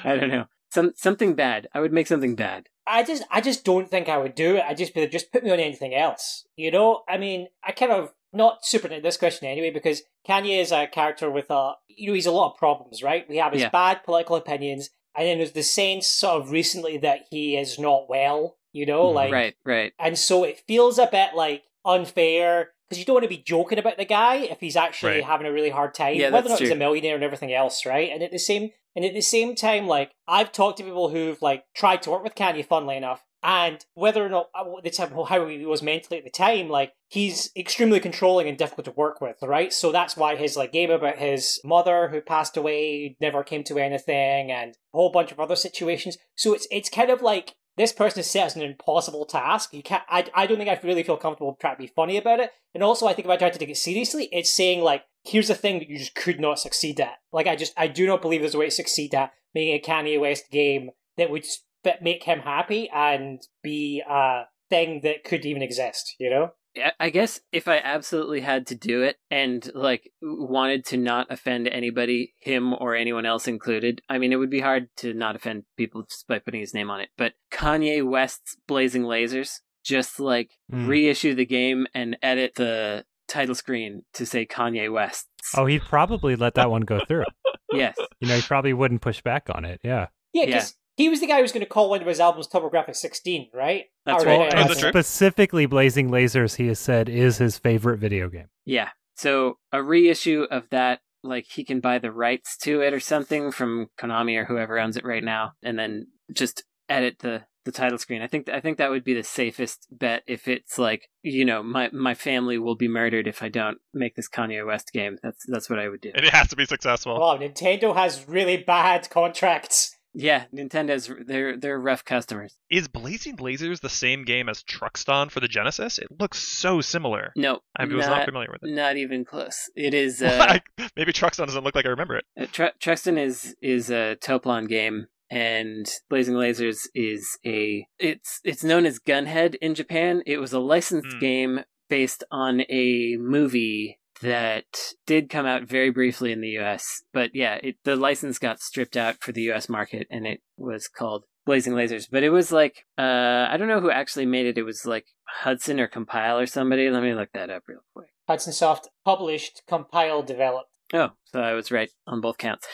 Speaker 3: don't know. Some something bad. I would make something bad.
Speaker 4: I just I just don't think I would do it. I just be like, just put me on anything else. You know, I mean, I kind of not super into this question anyway because Kanye is a character with a you know he's a lot of problems, right? We have his
Speaker 3: Yeah.
Speaker 4: bad political opinions, and then there's the sense sort of recently that he is not well. You know,
Speaker 1: Mhm.
Speaker 4: like
Speaker 3: Mm, Right, right.
Speaker 4: and so it feels a bit like unfair because you don't want to be joking about the guy if he's actually
Speaker 2: Right.
Speaker 4: having a really hard time,
Speaker 3: Yeah,
Speaker 4: whether or not
Speaker 3: that's
Speaker 4: he's a
Speaker 3: true.
Speaker 4: millionaire and everything else, right? And at the same and at the same time, like I've talked to people who've like tried to work with Kanye, funnily enough, and whether or not uh, what the time how he was mentally at the time, like he's extremely controlling and difficult to work with, right? So that's why his like game about his mother who passed away never came to anything, and a whole bunch of other situations. So it's it's kind of like this person is set as an impossible task. You can't. I, I don't think I really feel comfortable trying to be funny about it. And also, I think if I tried to take it seriously, it's saying like, here's a thing that you just could not succeed at. Like, I just I do not believe there's a way to succeed at making a Kanye West game that would s- that make him happy and be a thing that could even exist. You know?
Speaker 3: I- I guess if I absolutely had to do it and like wanted to not offend anybody, him or anyone else included, I mean, it would be hard to not offend people just by putting his name on it. But Kanye West's Blazing Lasers, just like
Speaker 1: Mm.
Speaker 3: reissue the game and edit the title screen to say Kanye West.
Speaker 1: Oh, he'd probably let that one <laughs> go through.
Speaker 3: Yes.
Speaker 1: You know, he probably wouldn't push back on it. Yeah.
Speaker 4: Yeah,
Speaker 3: Yeah.
Speaker 4: because he was the guy who was going to call one of his albums TurboGrafx 16, right?
Speaker 3: That's
Speaker 4: Or-
Speaker 3: right.
Speaker 4: or-
Speaker 2: Oh, is
Speaker 1: And
Speaker 2: that true?
Speaker 1: Uh, specifically, Blazing Lasers, he has said, is his favorite video game.
Speaker 3: Yeah. So a reissue of that, like he can buy the rights to it or something from Konami or whoever owns it right now, and then just edit the the title screen. I think I think that would be the safest bet if it's like you know my my family will be murdered if I don't make this Kanye West game. That's that's what I would do.
Speaker 2: And it has to be successful.
Speaker 4: Wow, Nintendo has really bad contracts.
Speaker 3: Yeah, Nintendo's they're they're rough customers.
Speaker 2: Is Blazing Blazers the same game as Truxton for the Genesis? It looks so similar.
Speaker 3: No,
Speaker 2: I was not,
Speaker 3: not,
Speaker 2: familiar with it.
Speaker 3: not even close.
Speaker 2: <laughs>
Speaker 3: It is uh,
Speaker 2: Maybe Truxton doesn't look like I remember it.
Speaker 3: Uh, Tr- Truxton is is a Toplon game, and Blazing Lasers is a it's it's known as Gunhead in Japan. It was a licensed
Speaker 2: Hmm.
Speaker 3: game based on a movie that did come out very briefly in the U.S. But yeah, it, the license got stripped out for the U.S. market, and it was called Blazing Lasers. But it was like uh, I don't know who actually made it. It was like Hudson or Compile or somebody. Let me look that up real quick.
Speaker 4: Hudson Soft published, compiled, developed.
Speaker 3: Oh, so I was right on both counts.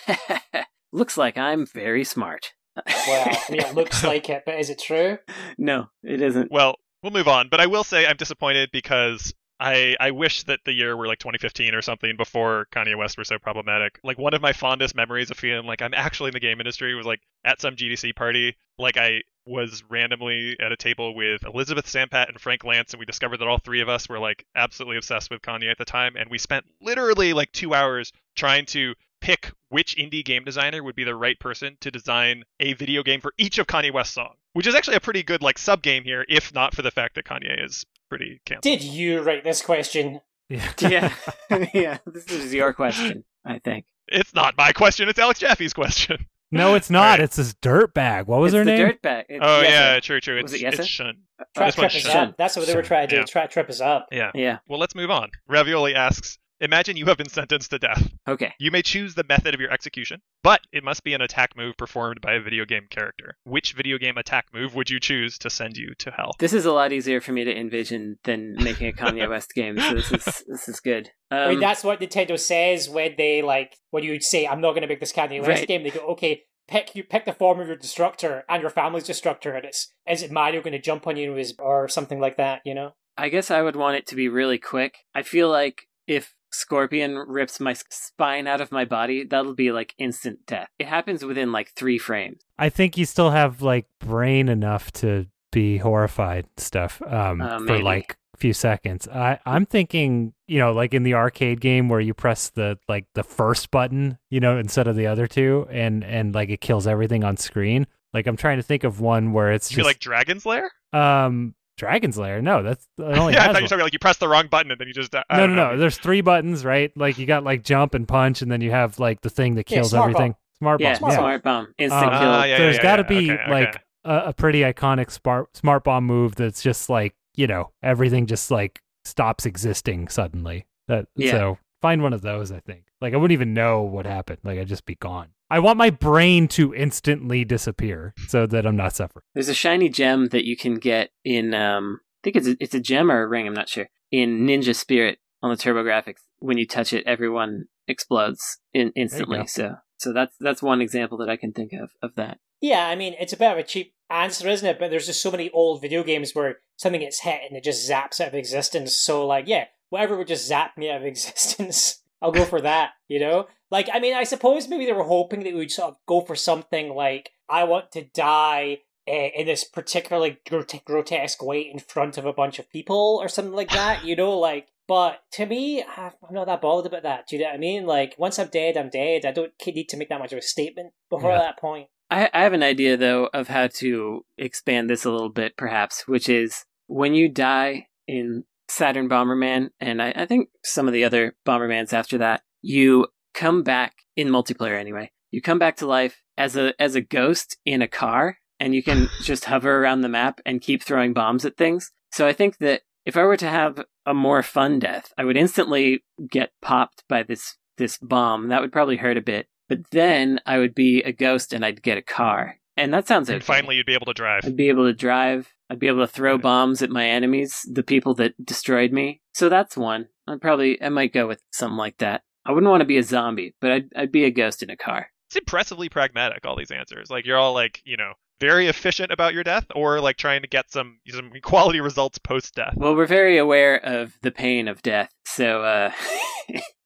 Speaker 3: <laughs> Looks like I'm very smart.
Speaker 4: Well, I mean,
Speaker 3: <laughs>
Speaker 4: it looks like it, but is it true?
Speaker 3: no, it
Speaker 4: <laughs>
Speaker 3: isn't.
Speaker 2: Well, we'll move on. But I will say I'm disappointed because I I wish that the year were like 2015 or something before Kanye West were so problematic. Like one of my fondest memories of feeling like I'm actually in the game industry was like at some GDC party. Like I was randomly at a table with Elizabeth Sampat and Frank Lance, and we discovered that all three of us were like absolutely obsessed with Kanye at the time, and we spent literally like two hours trying to pick which indie game designer would be the right person to design a video game for each of Kanye West's songs, which is actually a pretty good like sub game here, if not for the fact that Kanye is pretty canceled.
Speaker 4: Did you write this question?
Speaker 1: Yeah.
Speaker 3: yeah, <laughs> yeah. This is your question, I think.
Speaker 2: It's not my question; it's Alex Jaffe's question.
Speaker 1: <laughs> No, it's not.
Speaker 2: Right.
Speaker 1: It's this dirtbag. What was
Speaker 3: it's
Speaker 1: her
Speaker 3: the
Speaker 1: name?
Speaker 3: Dirtbag. It's
Speaker 2: oh
Speaker 3: Yessa.
Speaker 2: yeah, true, true. It's,
Speaker 3: Was it Yessa?
Speaker 2: it's Shun.
Speaker 3: Uh,
Speaker 4: Trap
Speaker 2: This one
Speaker 4: Trip is
Speaker 2: shouldn't.
Speaker 4: up. That's what they were trying to do.
Speaker 2: Yeah.
Speaker 4: Trap Trip is up.
Speaker 2: Yeah.
Speaker 3: Yeah.
Speaker 2: Well, let's move on. Ravioli asks: Imagine you have been sentenced to death.
Speaker 3: Okay.
Speaker 2: You may choose the method of your execution, but it must be an attack move performed by a video game character. Which video game attack move would you choose to send you to hell?
Speaker 3: This is a lot easier for me to envision than making
Speaker 2: <laughs>
Speaker 3: a Kanye West game. So this is this is good. Um,
Speaker 4: I mean, that's what Nintendo says when they like when you say, "I'm not going to make this Kanye West
Speaker 3: Right.
Speaker 4: game." They go, "Okay, pick you pick the form of your destructor and your family's destructor, and it's is it Mario going to jump on you with- or something like that?" You know.
Speaker 3: I guess I would want it to be really quick. I feel like if Scorpion rips my s- spine out of my body, that'll be like instant death. It happens within like three frames.
Speaker 1: I think you still have like brain enough to be horrified stuff um,
Speaker 3: Uh,
Speaker 1: for
Speaker 3: maybe.
Speaker 1: like a few seconds. I I'm thinking, you know, like in the arcade game where you press the like the first button, you know, instead of the other two, and and like it kills everything on screen. Like I'm trying to think of one where it's
Speaker 2: You feel
Speaker 1: just
Speaker 2: like Dragon's Lair?
Speaker 1: um Dragon's Lair. No, that's
Speaker 2: <laughs>
Speaker 1: it only
Speaker 2: yeah, I
Speaker 1: has
Speaker 2: thought you
Speaker 1: one.
Speaker 2: were talking like you press the wrong button and then you just uh, die. I
Speaker 1: no, no,
Speaker 2: don't
Speaker 1: no.
Speaker 2: know.
Speaker 1: There's three buttons, right? Like you got like jump and punch, and then you have like the thing that
Speaker 4: Yeah,
Speaker 1: kills
Speaker 4: smart bomb.
Speaker 1: everything. Smart bomb.
Speaker 3: Yeah,
Speaker 4: Smart
Speaker 3: smart,
Speaker 4: bomb.
Speaker 3: bomb, instant
Speaker 1: Um,
Speaker 3: kill.
Speaker 2: Ah, yeah,
Speaker 1: There's
Speaker 2: yeah,
Speaker 1: got to
Speaker 2: yeah.
Speaker 1: be
Speaker 2: Okay,
Speaker 1: like
Speaker 2: okay.
Speaker 1: A, a pretty iconic smart smart bomb move that's just like you know everything just like stops existing suddenly. That
Speaker 3: Yeah.
Speaker 1: so find one of those. I think like I wouldn't even know what happened. Like I'd just be gone. I want my brain to instantly disappear so that I'm not suffering.
Speaker 3: There's a shiny gem that you can get in. Um, I think it's a, it's a gem or a ring. I'm not sure. In Ninja Spirit on the TurboGrafx, when you touch it, everyone explodes in, instantly.
Speaker 1: go.
Speaker 3: So so that's that's one example that I can think of of that.
Speaker 4: Yeah, I mean, it's a bit of a cheap answer, isn't it? But there's just so many old video games where something gets hit and it just zaps out of existence. So, like, yeah, whatever would just zap me out of <laughs> existence, I'll go for that, you know? Like, I mean, I suppose maybe they were hoping that we would sort of go for something like, I want to die eh, in this particularly grote- grotesque way in front of a bunch of people or something like that, you know? Like, but to me, I- I'm not that bothered about that. Do you know what I mean? Like, once I'm dead, I'm dead. I don't need to make that much of a statement before
Speaker 1: Yeah.
Speaker 4: that point.
Speaker 3: I, I have an idea though of how to expand this a little bit, perhaps, which is when you die in Saturn Bomberman, and I, I think some of the other Bombermans after that, you come back in multiplayer anyway. You come back to life as a as a ghost in a car, and
Speaker 2: <laughs>
Speaker 3: you can just hover around the map and keep throwing bombs at things. So I think that if I were to have a more fun death, I would instantly get popped by this this bomb. That would probably hurt a bit. But then I would be a ghost and I'd get a car. And that sounds okay.
Speaker 2: And finally, you'd be able to drive.
Speaker 3: I'd be able to drive. I'd be able to throw bombs at my enemies, the people that destroyed me. So that's one. I'd probably I might go with something like that. I wouldn't want to be a zombie, but I'd I'd be a ghost in a car.
Speaker 2: It's impressively pragmatic. All these answers, like you're all like, you know, very efficient about your death, or like trying to get some some quality results post death.
Speaker 3: Well, we're very aware of the pain of death, so uh <laughs>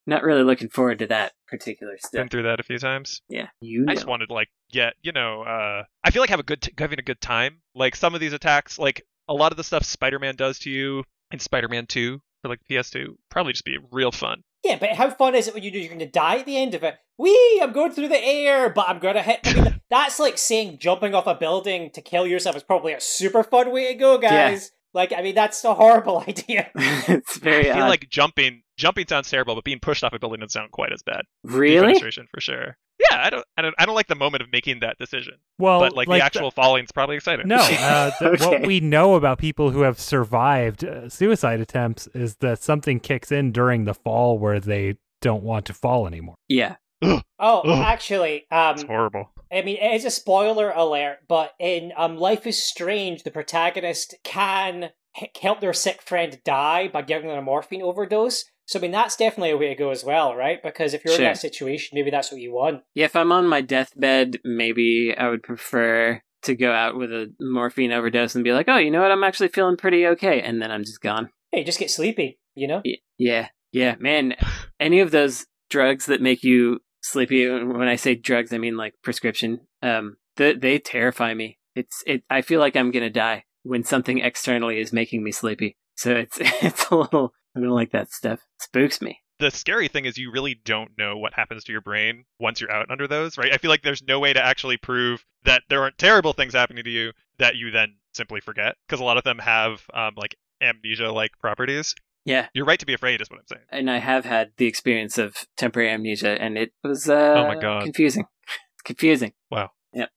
Speaker 3: not really looking forward to that particular
Speaker 2: Been
Speaker 3: step.
Speaker 2: through that a few times.
Speaker 3: Yeah. You
Speaker 2: I just
Speaker 3: know. <laughs>
Speaker 2: wanted to, like get you know uh I feel like have a good t- having a good time like some of these attacks like a lot of the stuff Spider-Man does to you in Spider-Man 2 for like PS2 probably just be real fun.
Speaker 4: Yeah, but how fun is it when you know you're going to die at the end of it? Wee! I'm going through the air, but I'm going to hit. I mean, that's like saying jumping off a building to kill yourself is probably a super fun way to go,
Speaker 3: Yeah.
Speaker 4: guys. Like, I mean, that's a horrible <laughs> idea.
Speaker 3: it's very
Speaker 2: I feel
Speaker 3: odd.
Speaker 2: like jumping jumping sounds terrible but being pushed off a building doesn't sound quite as bad.
Speaker 3: really?
Speaker 2: Defenestration for sure. Yeah, I don't I don't I don't like the moment of making that decision.
Speaker 1: Well,
Speaker 2: but like, the actual falling's probably exciting. <laughs>
Speaker 1: No, uh, th-
Speaker 3: Okay.
Speaker 1: what we know about people who have survived uh, suicide attempts is that something kicks in during the fall where they don't want to fall anymore.
Speaker 3: Yeah.
Speaker 4: Oh,
Speaker 2: Ugh.
Speaker 4: actually, um,
Speaker 2: It's horrible.
Speaker 4: I mean, it is a spoiler alert, but in um, Life is Strange, the protagonist can h- help their sick friend die by giving them a morphine overdose. So, I mean, that's definitely a way to go as well, right? Because if you're
Speaker 3: Sure.
Speaker 4: in that situation, maybe that's what you want.
Speaker 3: Yeah, if I'm on my deathbed, maybe I would prefer to go out with a morphine overdose and be like, oh, you know what? I'm actually feeling pretty okay. And then I'm just gone.
Speaker 4: Hey, just get sleepy, you know?
Speaker 3: Y- Yeah. Yeah. Man, any of those drugs that make you sleepy, when I say drugs, I mean like prescription, um, th- they terrify me. It's, it, I feel like I'm going to die when something externally is making me sleepy. So it's, <laughs> it's a little, I don't like that stuff. spooks me.
Speaker 2: The scary thing is you really don't know what happens to your brain once you're out under those, right? I feel like there's no way to actually prove that there aren't terrible things happening to you that you then simply forget because a lot of them have um, like amnesia like properties.
Speaker 3: Yeah.
Speaker 2: You're right to be afraid is what I'm saying.
Speaker 3: and I have had the experience of temporary amnesia, and it was uh,
Speaker 2: Oh my God.
Speaker 3: confusing, confusing.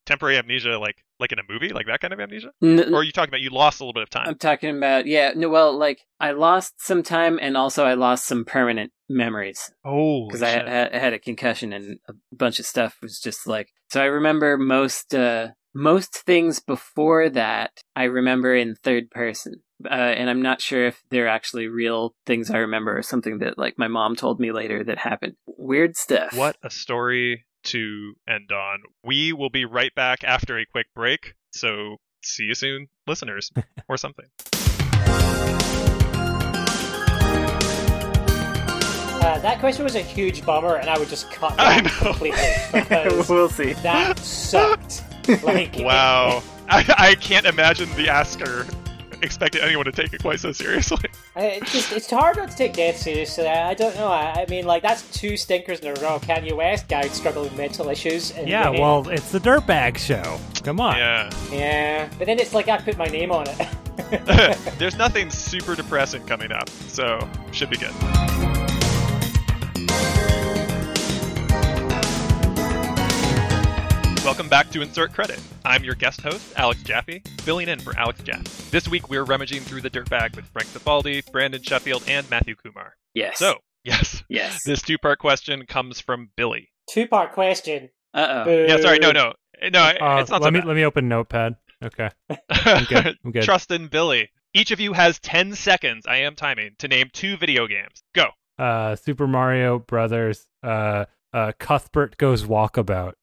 Speaker 2: Temporary amnesia like like in a movie, like that kind of amnesia?
Speaker 3: N-
Speaker 2: Or are you talking about you lost a little bit of time?
Speaker 3: I'm talking about yeah, no, well, like I lost some time, and also I lost some permanent memories
Speaker 2: oh,
Speaker 3: because I, had- I had a concussion and a bunch of stuff was just like. So I remember most uh, most things before that. I remember in third person. Uh, and I'm not sure if they're actually real things I remember or something that like my mom told me later that happened. Weird stuff.
Speaker 2: What a story to end on. We will be right back after a quick break. So see you soon,
Speaker 3: <laughs>
Speaker 2: listeners, or something.
Speaker 4: Uh, that question was a huge bummer, and I would just cut
Speaker 2: I
Speaker 4: that
Speaker 2: know. <laughs>
Speaker 4: completely
Speaker 3: <laughs>
Speaker 4: because
Speaker 3: we'll see.
Speaker 4: that sucked. Like,
Speaker 2: Wow. I, I can't imagine the asker expected anyone to take it quite so seriously.
Speaker 4: I- It's just it's hard not to take death seriously. I I don't know. I, I mean, like that's two stinkers in a row. Kanye West guy struggling with mental issues. And
Speaker 1: Yeah,
Speaker 4: then-
Speaker 1: well, it's the dirtbag show. Come on.
Speaker 2: Yeah.
Speaker 4: yeah. But then it's like I put my name on it.
Speaker 2: <laughs>
Speaker 4: <laughs>
Speaker 2: There's nothing super depressing coming up, so should be good. Welcome back to Insert Credit. I'm your guest host, Alex Jaffe, filling in for Alex Jaffe. This week we're rummaging through the dirtbag with Frank Zafaldi, Brandon Sheffield, and Matthew Kumar.
Speaker 3: Yes.
Speaker 2: So, yes,
Speaker 3: Yes.
Speaker 2: this two part question comes from Billy.
Speaker 4: Two part question.
Speaker 3: Uh oh.
Speaker 2: Yeah, sorry, no, no, no.
Speaker 1: Uh,
Speaker 2: it's not
Speaker 1: let
Speaker 2: so
Speaker 1: me
Speaker 2: bad.
Speaker 1: let me open Notepad. Okay,
Speaker 2: <laughs>
Speaker 1: good. I'm good.
Speaker 2: Trust in Billy. Each of you has 10 seconds, I am timing, to name two video games. Go. <laughs>
Speaker 1: Uh, Super Mario Brothers. Uh, uh, Cuthbert goes walkabout.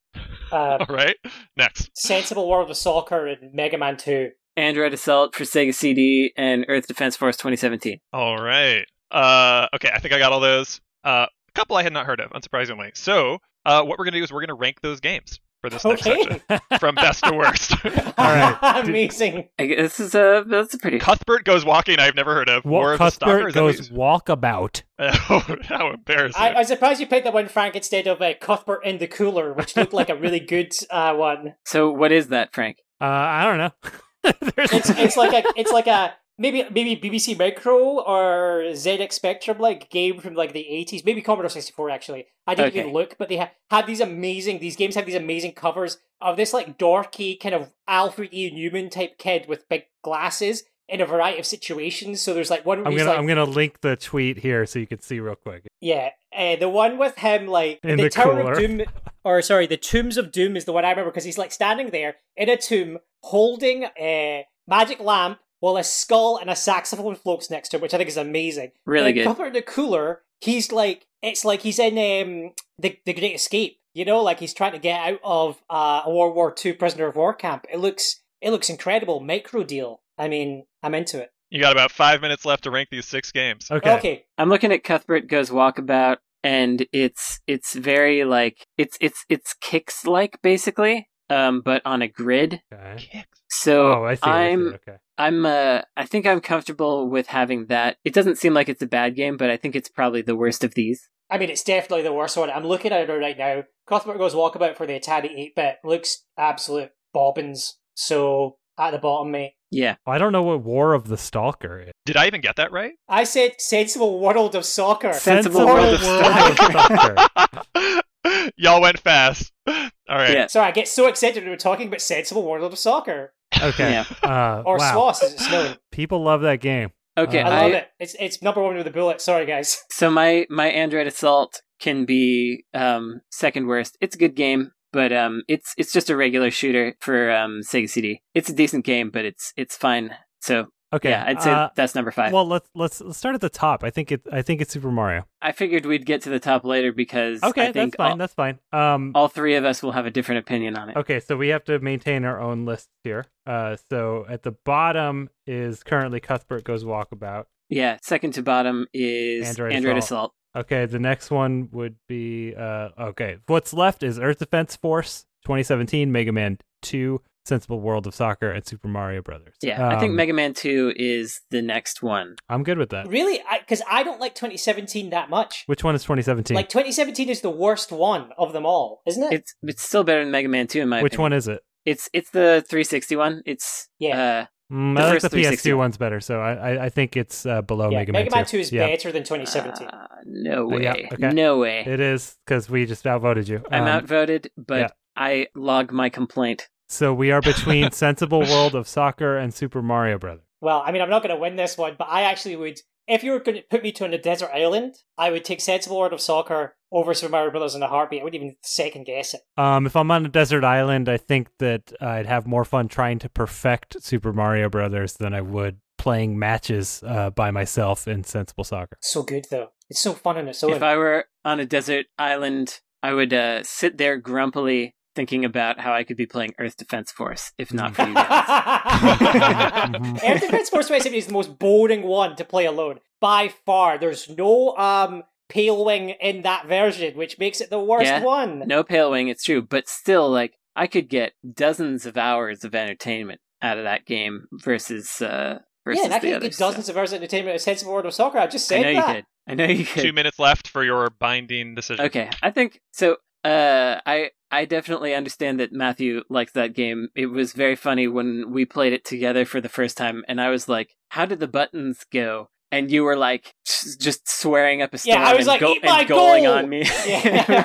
Speaker 4: Uh,
Speaker 2: All right. Next.
Speaker 4: Sensible World of Soccer and Mega Man 2.
Speaker 3: Android Assault for Sega CD and Earth Defense Force 2017.
Speaker 2: All right. Uh, okay, I think I got all those. Uh, a couple I had not heard of, unsurprisingly. So, uh, what we're going to do is we're going to rank those games for this next section
Speaker 4: <laughs> Okay.
Speaker 2: from best to
Speaker 4: <laughs>
Speaker 2: worst.
Speaker 1: right.
Speaker 4: Amazing.
Speaker 3: I guess this is a that's a pretty.
Speaker 2: Cuthbert Goes Walking, I've never heard of. War
Speaker 1: What
Speaker 2: of the Stalker,
Speaker 1: Cuthbert
Speaker 2: is that what
Speaker 1: goes walkabout.
Speaker 2: you- Oh, <laughs> how embarrassing.
Speaker 4: I, I'm surprised you picked that one, Frank, instead of uh, Cuthbert in the Cooler, which looked like a really good uh, one.
Speaker 3: So what is that, Frank?
Speaker 1: Uh, I don't know. <laughs> There's-
Speaker 4: It's it's like a it's like a maybe maybe BBC Micro or ZX Spectrum like game from like the 80s, maybe Commodore 64 actually. I didn't
Speaker 3: Okay.
Speaker 4: even look, but they ha- had these amazing these games have these amazing covers of this like dorky kind of Alfred E. Newman type kid with big glasses in a variety of situations. So there's like one where
Speaker 1: I'm
Speaker 4: he's
Speaker 1: gonna
Speaker 4: like
Speaker 1: I'm gonna link the tweet here so you can see real quick.
Speaker 4: Yeah, uh, the one with him like
Speaker 1: In
Speaker 4: the,
Speaker 1: the
Speaker 4: Tower
Speaker 1: cooler.
Speaker 4: of Doom, or sorry, the Tombs of Doom is the one I remember because he's like standing there in a tomb holding a magic lamp while a skull and a saxophone floats next to him, which I think is amazing.
Speaker 3: Really
Speaker 4: And
Speaker 3: good.
Speaker 4: Cuthbert in the cooler, he's like it's like he's in um the the Great Escape, you know, like he's trying to get out of uh, a World War II prisoner of war camp. It looks it looks incredible, micro deal. I mean, I'm into it.
Speaker 2: You got about five minutes left to rank these six games.
Speaker 1: Okay.
Speaker 4: okay.
Speaker 3: I'm looking at Cuthbert Goes Walkabout, and it's it's very like it's it's it's kicks like basically, um, but on a grid.
Speaker 1: Okay.
Speaker 2: Kicks.
Speaker 3: So
Speaker 1: Oh, I see. I see.
Speaker 3: I'm
Speaker 1: Okay.
Speaker 3: I'm uh I think I'm comfortable with having that. It doesn't seem like it's a bad game, but I think it's probably the worst of these.
Speaker 4: I mean, it's definitely the worst one. I'm looking at it right now. Cuthbert Goes Walkabout for the Atari 8 bit looks absolute bobbins. So, at the bottom, mate.
Speaker 3: Yeah.
Speaker 1: I don't know what War of the Stalker is.
Speaker 2: Did I even get that right?
Speaker 4: I said Sensible World of Soccer.
Speaker 3: Sensible
Speaker 1: World
Speaker 3: World
Speaker 1: of
Speaker 3: of
Speaker 1: Stalker.
Speaker 2: <laughs> Y'all went fast. All right.
Speaker 3: Yeah.
Speaker 4: Sorry, I get so excited when we're talking about Sensible World of Soccer.
Speaker 1: Okay.
Speaker 3: Yeah.
Speaker 1: Uh,
Speaker 4: Or
Speaker 1: wow.
Speaker 4: SWOS, as it's known.
Speaker 1: People love that game.
Speaker 3: Okay.
Speaker 1: Uh,
Speaker 4: I
Speaker 3: I,
Speaker 4: love it. It's, it's number one with a bullet. Sorry, guys.
Speaker 3: so my my Android Assault can be um second worst. It's a good game, but um it's it's just a regular shooter for um Sega CD. It's a decent game, but it's it's fine. So
Speaker 1: Okay.
Speaker 3: yeah, I'd say
Speaker 1: uh,
Speaker 3: that's number five.
Speaker 1: well, let's let's let's start at the top. I think it I think it's Super Mario.
Speaker 3: I figured we'd get to the top later because
Speaker 1: Okay,
Speaker 3: I think
Speaker 1: that's fine.
Speaker 3: all-
Speaker 1: that's fine. Um,
Speaker 3: all three of us will have a different opinion on it.
Speaker 1: Okay, so we have to maintain our own lists here. Uh, so at the bottom is currently Cuthbert goes walkabout.
Speaker 3: Yeah, second to bottom is
Speaker 1: Android
Speaker 3: Android,
Speaker 1: Assault.
Speaker 3: Assault.
Speaker 1: Okay, the next one would be uh, okay. What's left is Earth Defense Force 2017, Mega Man 2, Sensible World of Soccer, and Super Mario Brothers.
Speaker 3: Yeah, I think
Speaker 1: Um,
Speaker 3: Mega Man 2 is the next one.
Speaker 1: I'm good with that.
Speaker 4: Really? Because I, don't like 2017 that much.
Speaker 1: Which one is 2017?
Speaker 4: Like, 2017 is the worst one of them all, isn't it?
Speaker 3: It's it's still better than Mega Man 2 in my
Speaker 1: Which
Speaker 3: opinion.
Speaker 1: one is it?
Speaker 3: It's it's the 360 one. It's
Speaker 4: Yeah.
Speaker 3: uh,
Speaker 1: Mm,
Speaker 3: The
Speaker 1: I like
Speaker 3: first
Speaker 1: the
Speaker 3: 360
Speaker 1: PS2 one's better, so I I, I think it's uh, below
Speaker 4: yeah,
Speaker 1: Mega,
Speaker 4: Mega
Speaker 1: Man 2.
Speaker 4: is
Speaker 1: yeah,
Speaker 4: better than 2017.
Speaker 3: uh, no
Speaker 1: Uh,
Speaker 3: way,
Speaker 1: yeah, okay.
Speaker 3: no way.
Speaker 1: It is because we just outvoted you.
Speaker 3: I'm
Speaker 1: Um,
Speaker 3: outvoted, but
Speaker 1: yeah.
Speaker 3: I log my complaint.
Speaker 1: So we are between Sensible World of Soccer and Super Mario Brothers.
Speaker 4: Well, I mean, I'm not going to win this one, but I actually would. If you were going to put me to on a desert island, I would take Sensible World of Soccer over Super Mario Brothers in a heartbeat. I wouldn't even second guess it.
Speaker 1: Um, if I'm on a desert island, I think that I'd have more fun trying to perfect Super Mario Brothers than I would playing matches uh, by myself in Sensible
Speaker 2: <laughs>
Speaker 1: Soccer.
Speaker 4: It's so good, though. It's so fun and it's so.
Speaker 3: If I were on a desert island, I would uh, sit there grumpily thinking about how I could be playing Earth Defense Force, if not for you guys.
Speaker 4: <laughs>
Speaker 1: Mhm.
Speaker 4: Air Defense Force 2070 is the most boring one to play alone by far. There's no um pale wing in that version, which makes it the worst
Speaker 3: Yeah.
Speaker 4: one.
Speaker 3: no pale wing, it's true, but still, like I could get dozens of hours of entertainment out of that game versus uh, versus
Speaker 4: yeah, and I
Speaker 3: the
Speaker 4: could
Speaker 3: other
Speaker 4: get dozens of hours of entertainment at Sensible World of Soccer. I just
Speaker 3: I
Speaker 4: said
Speaker 3: know
Speaker 4: that.
Speaker 3: you could. I know you could.
Speaker 2: Two minutes left for your binding decision.
Speaker 3: Okay, I think so. Uh, I I definitely understand that Matthew likes that game. It was very funny when we played it together for the first time, and I was like, "How did the buttons go?" And you were like, s- just swearing up a storm
Speaker 4: Yeah, I
Speaker 3: and,
Speaker 4: was like,
Speaker 3: go-
Speaker 4: "Eat my
Speaker 3: and going
Speaker 4: goal!"
Speaker 3: on me.
Speaker 4: Yeah,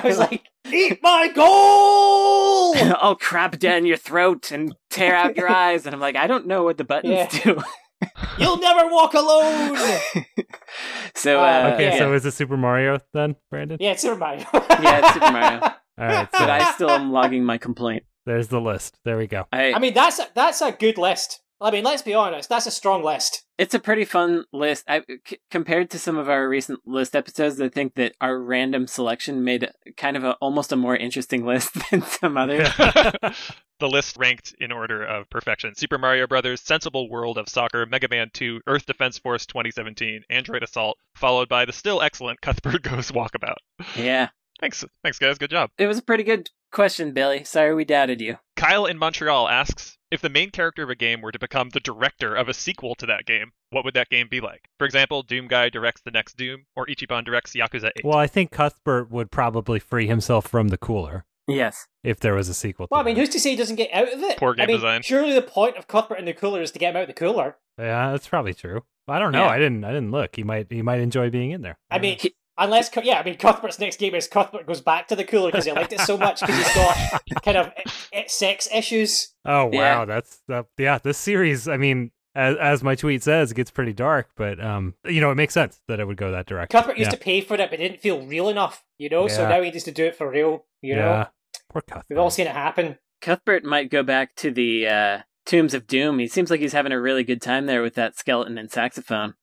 Speaker 3: <laughs>
Speaker 4: <laughs> I was like, eat my goal.
Speaker 3: I'll crap down your throat and tear out your eyes. And I'm like, I don't know what the buttons
Speaker 4: Yeah.
Speaker 3: do. <laughs>
Speaker 4: You'll never walk alone.
Speaker 3: so
Speaker 4: Uh,
Speaker 3: uh,
Speaker 1: Okay,
Speaker 4: yeah.
Speaker 1: so is it Super Mario then, Brandon?
Speaker 4: <laughs> yeah, it's Super Mario.
Speaker 3: Yeah, it's Super Mario.
Speaker 1: All right,
Speaker 3: but
Speaker 1: so
Speaker 3: I still am logging my complaint.
Speaker 1: there's the list. There we go.
Speaker 4: <laughs> I mean, that's a, that's a good list. I mean, let's be honest, that's a strong list.
Speaker 3: it's a pretty fun list. I c- compared to some of our recent list episodes, I think that our random selection made kind of a almost a more interesting <laughs> list than some others.
Speaker 2: <laughs> the list ranked in order of perfection: Super Mario Brothers, Sensible World of Soccer, Mega Man 2, Earth Defense Force 2017, Android Assault, followed by the still excellent Cuthbert <laughs> Goes Walkabout.
Speaker 3: yeah,
Speaker 2: Thanks, thanks guys, good job.
Speaker 3: it was a pretty good question, Billy. Sorry we doubted you.
Speaker 2: Kyle in Montreal asks if the main character of a game were to become the director of a sequel to that game, what would that game be like? For example, Doom Guy directs the next Doom, or Ichiban directs Yakuza 8.
Speaker 1: Well, I think Cuthbert would probably free himself from the cooler
Speaker 3: Yes,
Speaker 1: if there was a sequel.
Speaker 4: Well,
Speaker 1: to
Speaker 4: I mean,
Speaker 1: that.
Speaker 4: who's to say he doesn't get out of it?
Speaker 2: Poor game
Speaker 4: I mean,
Speaker 2: design.
Speaker 4: Surely the point of Cuthbert and the Cooler is to get him out of the cooler.
Speaker 1: yeah, that's probably true. I don't know.
Speaker 3: Yeah.
Speaker 1: I didn't. I didn't look. He might. He might enjoy being in there.
Speaker 3: Mm.
Speaker 4: I mean,
Speaker 3: He-
Speaker 4: unless Cu- yeah, I mean Cuthbert's next game is Cuthbert goes back to the cooler because he liked it so much because
Speaker 3: <laughs>
Speaker 4: he's got kind of eh, eh, sex issues.
Speaker 1: Oh wow,
Speaker 3: Yeah.
Speaker 1: that's that, yeah. This series, I mean, as as my tweet says, it gets pretty dark, but um, you know, it makes sense that it would go that direction.
Speaker 4: Cuthbert used
Speaker 1: yeah.
Speaker 4: to pay for it, but it didn't feel real enough, you know. So
Speaker 1: Yeah.
Speaker 4: now he needs to do it for real, you know.
Speaker 1: yeah. Poor Cuthbert.
Speaker 4: We've all seen it happen.
Speaker 3: Cuthbert might go back to the uh, Tombs of Doom. He seems like he's having a really good time there with that skeleton and saxophone.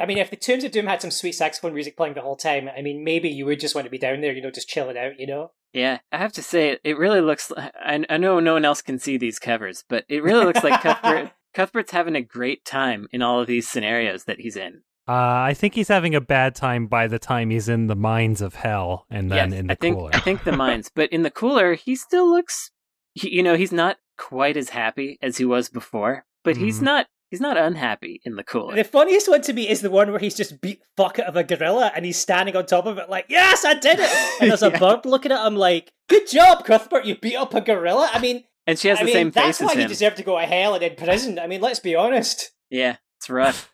Speaker 4: I mean, if the Tombs of Doom had some sweet saxophone music playing the whole time, I mean, maybe you would just want to be down there, you know, just chilling out, you know.
Speaker 3: Yeah, I have to say, it really looks. I, I know no one else can see these covers, but it really looks like Cuthbert. Cuthbert's having a great time in all of these scenarios that he's in.
Speaker 1: Uh, I think he's having a bad time by the time he's in the mines of hell, and then
Speaker 3: Yes,
Speaker 1: in the
Speaker 3: I think,
Speaker 1: cooler. <laughs>
Speaker 3: I think the mines, but in the cooler, he still looks. He, you know, he's not quite as happy as he was before, but he's
Speaker 1: Mhm.
Speaker 3: not. He's not unhappy in the cooler.
Speaker 4: The funniest one to me is the one where he's just beat fuck out of a gorilla and he's standing on top of it like, yes, I
Speaker 3: <laughs>
Speaker 4: did it! And there's a
Speaker 3: Yeah.
Speaker 4: bird looking at him like, good job, Cuthbert, you beat up a gorilla. I mean,
Speaker 3: and she has
Speaker 4: I
Speaker 3: the
Speaker 4: mean
Speaker 3: same
Speaker 4: that's
Speaker 3: face as
Speaker 4: why you
Speaker 3: him.
Speaker 4: deserve to go to hell and in prison. I mean, let's be honest.
Speaker 3: yeah, it's
Speaker 1: <laughs>
Speaker 3: rough.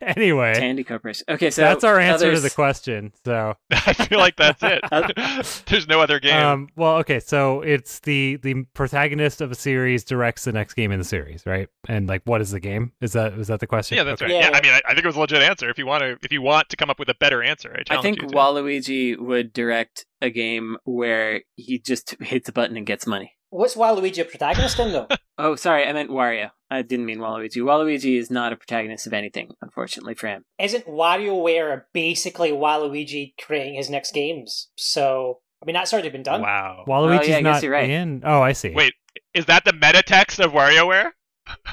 Speaker 1: anyway,
Speaker 3: Tandy Corporation. Okay, so
Speaker 1: that's our answer
Speaker 3: others-
Speaker 1: to the question. So,
Speaker 2: <laughs> I feel like that's it. There's no other game.
Speaker 1: um, well, okay, so it's the the protagonist of a series directs the next game in the series, right? And like, what is the game? Is that is that the question?
Speaker 2: yeah, that's
Speaker 1: Okay.
Speaker 2: right.
Speaker 4: Yeah,
Speaker 2: Yeah,
Speaker 4: yeah.
Speaker 2: I mean, I, I think it was a legit answer. If you want to, if you want to come up with a better answer, I challenge
Speaker 3: I think
Speaker 2: you to.
Speaker 3: Waluigi would direct a game where he just hits a button and gets money.
Speaker 4: What's Waluigi a protagonist
Speaker 3: <laughs>
Speaker 4: in, though?
Speaker 3: Oh, sorry, I meant Wario. I didn't mean Waluigi. Waluigi is not a protagonist of anything, unfortunately for him.
Speaker 4: Isn't WarioWare basically Waluigi creating his next games? So, I mean, that's already been done.
Speaker 2: Wow.
Speaker 1: Waluigi's
Speaker 3: Oh, yeah, I guess
Speaker 1: not
Speaker 3: you're right.
Speaker 1: in. Oh, I see.
Speaker 2: Wait, Is that the meta text of WarioWare?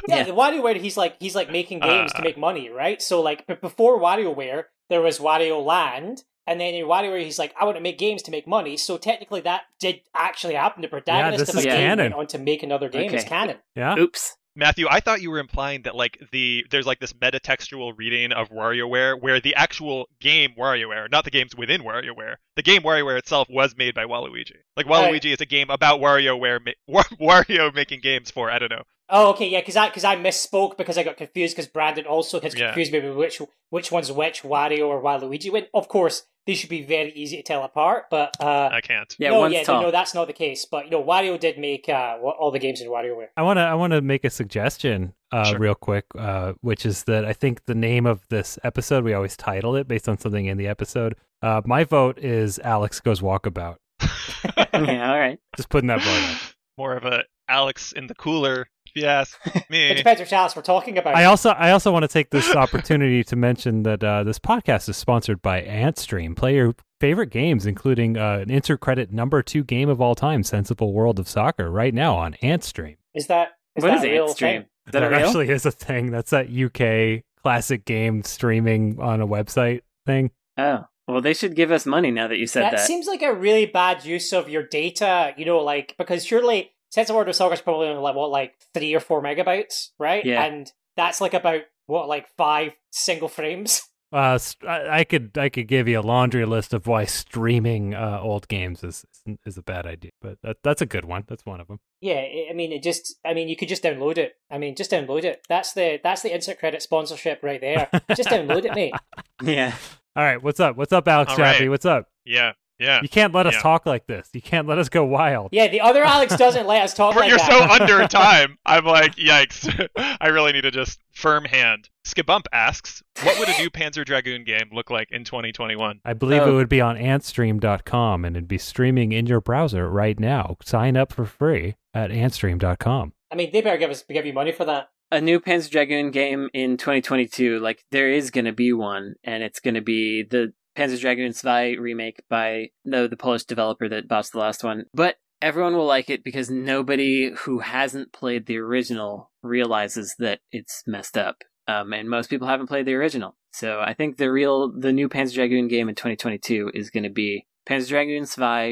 Speaker 4: Yeah,
Speaker 3: Yeah.
Speaker 4: the WarioWare, he's like he's like making games to
Speaker 2: Uh.
Speaker 4: make money, right? So like, but before WarioWare, there was Wario Land, and then in WarioWare, he's like, I want to make games to make money. So technically, that did actually happen. The protagonist
Speaker 1: this
Speaker 4: of
Speaker 3: is
Speaker 4: a game
Speaker 1: canon.
Speaker 4: went on to make another game. It's
Speaker 3: Okay.
Speaker 4: canon.
Speaker 1: Yeah.
Speaker 3: Oops.
Speaker 2: Matthew, I thought you were implying that like the there's like this metatextual reading of WarioWare where the actual game WarioWare, not the games within WarioWare, the game WarioWare itself was made by Waluigi. Like Waluigi is a game about WarioWare, ma- <laughs> Wa- Wario making games for. I don't know.
Speaker 4: Oh, okay, yeah, because I because I misspoke because I got confused because Brandon also has
Speaker 2: Yeah.
Speaker 4: confused me with which which one's which Wario or Waluigi. When of course these should be very easy to tell apart, but uh,
Speaker 2: I can't.
Speaker 3: Yeah,
Speaker 4: no,
Speaker 3: one's
Speaker 4: yeah, no,
Speaker 3: tall.
Speaker 4: no, that's not the case. But you know, Wario did make uh, wa- all the games in WarioWare.
Speaker 1: I want to I want to make a suggestion uh,
Speaker 2: Sure.
Speaker 1: real quick, uh, which is that I think the name of this episode we always title it based on something in the episode. Uh, my vote is Alex goes walkabout.
Speaker 3: <laughs> yeah, all right.
Speaker 1: Just putting that vote.
Speaker 3: <laughs>
Speaker 1: Out.
Speaker 2: More of a Alex in the cooler. If you
Speaker 4: <laughs>
Speaker 2: ask
Speaker 4: It
Speaker 2: me.
Speaker 4: depends which Alice we're talking about.
Speaker 1: I also I also want to take this opportunity to mention that uh, this podcast is sponsored by AntStream. Play your favorite games, including uh, an intercredit number two game of all time, Sensible World of Soccer, right now on AntStream.
Speaker 4: Is that is
Speaker 3: What
Speaker 4: that
Speaker 3: is
Speaker 4: a
Speaker 3: it,
Speaker 4: real
Speaker 3: stream?
Speaker 4: thing?
Speaker 1: <laughs>
Speaker 3: Is that a real?
Speaker 1: actually is a thing. That's that UK classic game streaming on a website thing.
Speaker 3: Oh, well, they should give us money now that you said
Speaker 4: That,
Speaker 3: that.
Speaker 4: seems like a really bad use of your data. You know, like because surely Sense of Order of Soccer is probably only like what like three or four megabytes, right?
Speaker 3: Yeah.
Speaker 4: and that's like about what like five single frames. <laughs>
Speaker 1: Uh, st- I I could I could give you a laundry list of why streaming uh, old games is is a bad idea, but that, that's a good one. That's one of them.
Speaker 4: Yeah, I- I mean, it just, I mean, you could just download it. I mean, just download it. That's the that's the insert credit sponsorship
Speaker 3: <laughs>
Speaker 4: right there. just download it, mate.
Speaker 3: yeah.
Speaker 1: All right, what's up? What's up, Alex
Speaker 2: All
Speaker 1: Chappie?
Speaker 2: right.
Speaker 1: What's up?
Speaker 2: Yeah. Yeah.
Speaker 1: You can't let us
Speaker 2: Yeah.
Speaker 1: talk like this. You can't let us go wild.
Speaker 4: Yeah, the other Alex doesn't let us
Speaker 3: Oh
Speaker 4: talk
Speaker 2: We're-
Speaker 4: like
Speaker 2: you're
Speaker 4: that.
Speaker 2: so
Speaker 3: <laughs>
Speaker 2: under time. I'm like, yikes. <laughs> I really need to just firm hand. Skibump asks, what would a new Panzer Dragoon game look like in 2021?
Speaker 1: I believe it
Speaker 3: Oh.
Speaker 1: would be on antstream.com and it'd be streaming in your browser right now. Sign up for free at antstream.com.
Speaker 4: I mean, they better give us give you money for that.
Speaker 3: a new Panzer Dragoon game in 2022, like there is going to be one, and it's going to be the Panzer Dragoon 2 remake by no, the Polish developer that bossed the last one. But everyone will like it because nobody who hasn't played the original realizes that it's messed up, um, and most people haven't played the original. So I think the real the new Panzer Dragoon game in 2022 is going to be Panzer Dragoon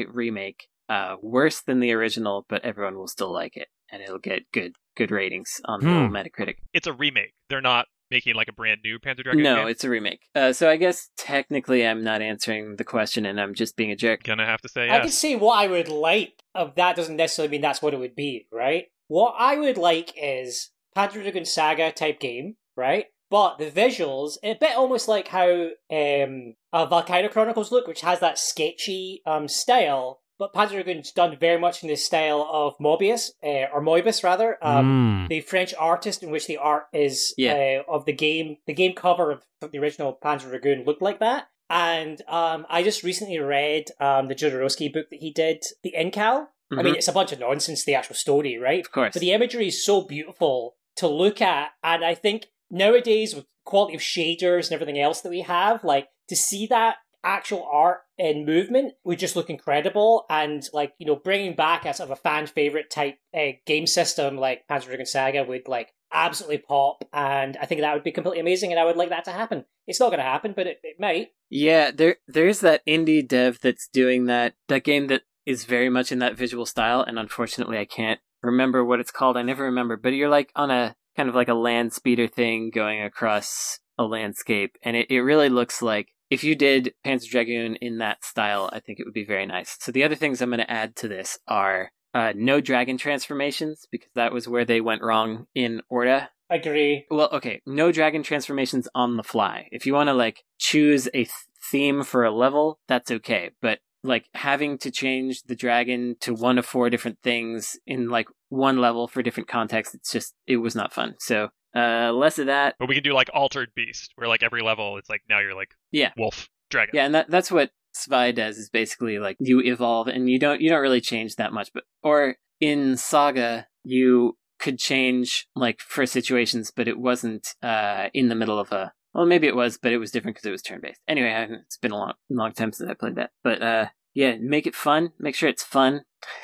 Speaker 3: 2 remake, uh, worse than the original, but everyone will still like it, and it'll get good good ratings on the
Speaker 1: Hmm.
Speaker 3: old Metacritic.
Speaker 2: It's a remake. They're not making like a brand new Panzer Dragoon
Speaker 3: No,
Speaker 2: game.
Speaker 3: it's a remake. Uh, so I guess technically I'm not answering the question and I'm just being a jerk.
Speaker 2: Gonna have to say
Speaker 4: I can
Speaker 2: yes.
Speaker 4: see what I would like. Of that doesn't necessarily mean that's what it would be, right? What I would like is Panzer Dragoon Saga type game, right? But the visuals, a bit almost like how um, uh, Volcano Chronicles look, which has that sketchy um, style. But Panzer Dragoon's done very much in the style of Mobius, uh, or Moibus rather. Um,
Speaker 1: Mm.
Speaker 4: the French artist in which the art is
Speaker 3: Yeah.
Speaker 4: uh, of the game, the game cover of the original Panzer Dragoon looked like that. And um, I just recently read um, the Jodorowsky book that he did, The Incal. I mean,
Speaker 3: Mhm.
Speaker 4: it's a bunch of nonsense, the actual story, right?
Speaker 3: of course.
Speaker 4: But the imagery is so beautiful to look at, and I think nowadays with quality of shaders and everything else that we have, like to see that actual art and movement would just look incredible. And like you know, bringing back a sort of a fan favorite type uh, game system like Panzer Dragoon Saga would like absolutely pop, and I think that would be completely amazing, and I would like that to happen. It's not going to happen, but it, it might.
Speaker 3: yeah, there there is that indie dev that's doing that that game that is very much in that visual style and unfortunately I can't remember what it's called. I never remember, but you're like on a kind of like a land speeder thing going across a landscape and it, it really looks like if you did Panzer Dragoon in that style, I think it would be very nice. So the other things I'm going to add to this are uh, no dragon transformations because that was where they went wrong in Orta
Speaker 4: Agree.
Speaker 3: well okay no dragon transformations on the fly if you want to like choose a th- theme for a level that's okay but like having to change the dragon to one of four different things in like one level for different contexts it's just it was not fun so uh less of that
Speaker 2: But we can do like Altered Beast, where like every level it's like now you're like
Speaker 3: Yeah.
Speaker 2: wolf, dragon.
Speaker 3: yeah and that, that's what svi does is basically like you evolve and you don't you don't really change that much but or in saga you could change like for situations but it wasn't uh in the middle of a well maybe it was but it was different because it was turn based anyway I, haven't- it's been a long long time since i played that but uh yeah make it fun make sure it's fun <laughs>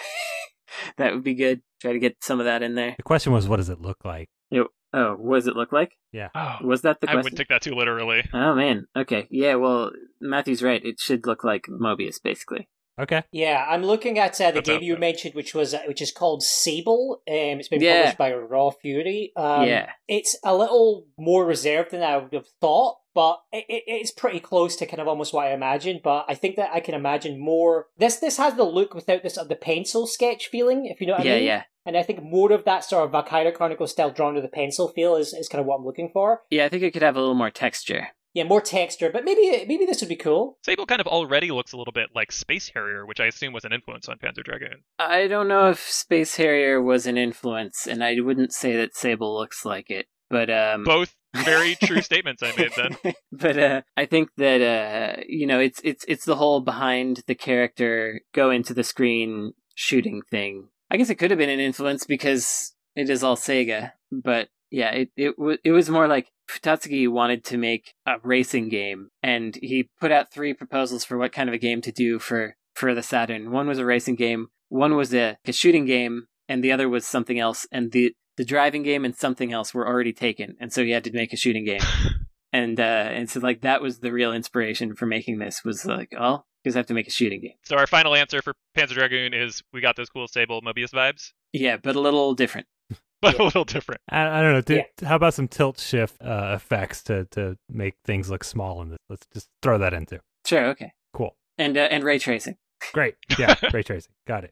Speaker 3: that would be good try to get some of that in there
Speaker 1: The question was, what does it look like?
Speaker 3: oh what does it look like
Speaker 2: Oh,
Speaker 3: was that the
Speaker 2: I
Speaker 3: question
Speaker 2: wouldn't take that too literally.
Speaker 3: oh man okay yeah well matthew's right it should look like mobius basically
Speaker 1: Okay.
Speaker 4: Yeah, I'm looking at uh, the
Speaker 2: That's
Speaker 4: game
Speaker 2: out
Speaker 4: you
Speaker 2: there.
Speaker 4: mentioned, which was uh, which is called Sable. Um, it's been
Speaker 3: Yeah.
Speaker 4: published by Raw Fury. Um,
Speaker 3: yeah
Speaker 4: it's a little more reserved than I would have thought, but it, it, it's pretty close to kind of almost what I imagined. But I think that I can imagine more. This this has the look without this of the pencil sketch feeling, if you know what
Speaker 3: yeah
Speaker 4: I mean.
Speaker 3: yeah
Speaker 4: And I think more of that sort of Valkyrie Chronicles style drawn to the pencil feel is, is kind of what I'm looking for.
Speaker 3: yeah i think it could have a little more texture
Speaker 4: Yeah, more texture, but maybe maybe this would be cool.
Speaker 2: Sable kind of already looks a little bit like Space Harrier, which I assume was an influence on Panzer Dragoon.
Speaker 3: I don't know if Space Harrier was an influence, and I wouldn't say that Sable looks like it, but um,
Speaker 2: Both very
Speaker 3: <laughs>
Speaker 2: true statements I made then.
Speaker 3: but uh, I think that uh, you know, it's it's it's the whole behind the character go into the screen shooting thing. I guess it could have been an influence because it is all Sega, but yeah, it it wa it was more like Futatsuki wanted to make a racing game, and he put out three proposals for what kind of a game to do for for the Saturn. One was a racing game, one was a, a shooting game, and the other was something else. And the the driving game and something else were already taken, and so he had to make a shooting game. And uh, and so like that was the real inspiration for making this was like, oh, because I have to make a shooting game.
Speaker 2: So our final answer for Panzer Dragoon is we got those cool Sable Mobius vibes, <laughs>
Speaker 3: Yeah, but a little different.
Speaker 2: but a little different.
Speaker 1: I, I don't know. Do, How about some tilt shift uh, effects to, to make things look small in this? Let's just throw that into.
Speaker 3: Sure, okay,
Speaker 1: Cool.
Speaker 3: and uh, and ray tracing.
Speaker 1: Great. Yeah. Ray tracing. Got it.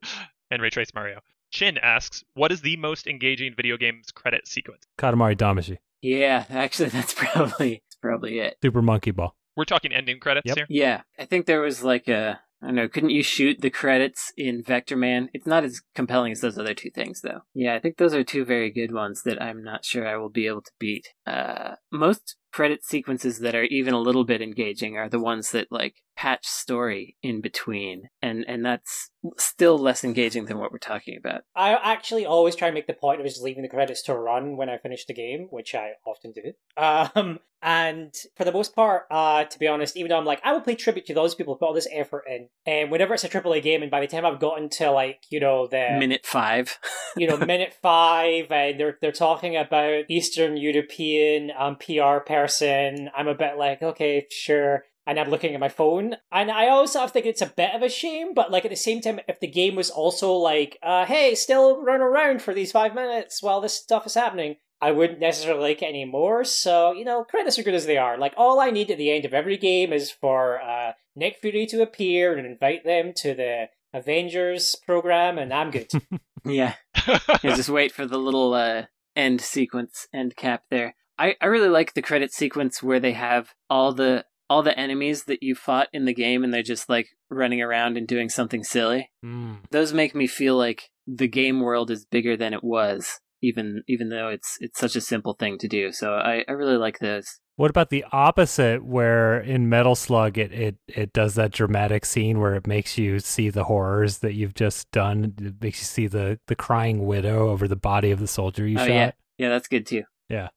Speaker 2: And Ray Trace Mario. Chin asks, what is the most engaging video game's credit sequence?
Speaker 1: Katamari Damacy.
Speaker 3: Yeah, <laughs> actually, that's probably that's probably it.
Speaker 1: Super Monkey Ball.
Speaker 2: We're talking ending credits
Speaker 1: Yep.
Speaker 2: here.
Speaker 3: Yeah, I think there was like a I don't know. Couldn't you shoot the credits in Vector Man? It's not as compelling as those other two things, though. Yeah, I think those are two very good ones that I'm not sure I will be able to beat. Uh, most credit sequences that are even a little bit engaging are the ones that like patch story in between, and and that's still less engaging than what we're talking about.
Speaker 4: I actually always try and make the point of just leaving the credits to run when I finish the game, which I often do. Um, and for the most part, uh, to be honest, even though I'm like, I will pay tribute to those people who put all this effort in, and whenever it's a AAA game, and by the time I've gotten to like, you know, the
Speaker 3: Minute five.
Speaker 4: you know, minute five, and they're they're talking about Eastern European um, PR person. I'm a bit like, okay, sure. And I'm looking at my phone, and I also have think it's a bit of a shame, but like at the same time, if the game was also like, uh, hey, still run around for these five minutes while this stuff is happening, I wouldn't necessarily like it anymore. So, you know, credits are good as they are. Like, all I need at the end of every game is for uh, Nick Fury to appear and invite them to the Avengers program, and I'm good.
Speaker 3: <laughs> yeah,
Speaker 1: <laughs>
Speaker 3: yeah, just wait for the little uh, end sequence, end cap there. I, I really like the credit sequence where they have all the all the enemies that you fought in the game, and they're just like running around and doing something silly.
Speaker 1: Mm.
Speaker 3: Those make me feel like the game world is bigger than it was, even even though it's it's such a simple thing to do. So I, I really like those.
Speaker 1: What about the opposite, where in Metal Slug it, it it does that dramatic scene where it makes you see the horrors that you've just done. It makes you see the the crying widow over the body of the soldier you
Speaker 3: oh
Speaker 1: shot.
Speaker 3: yeah, yeah, that's good too.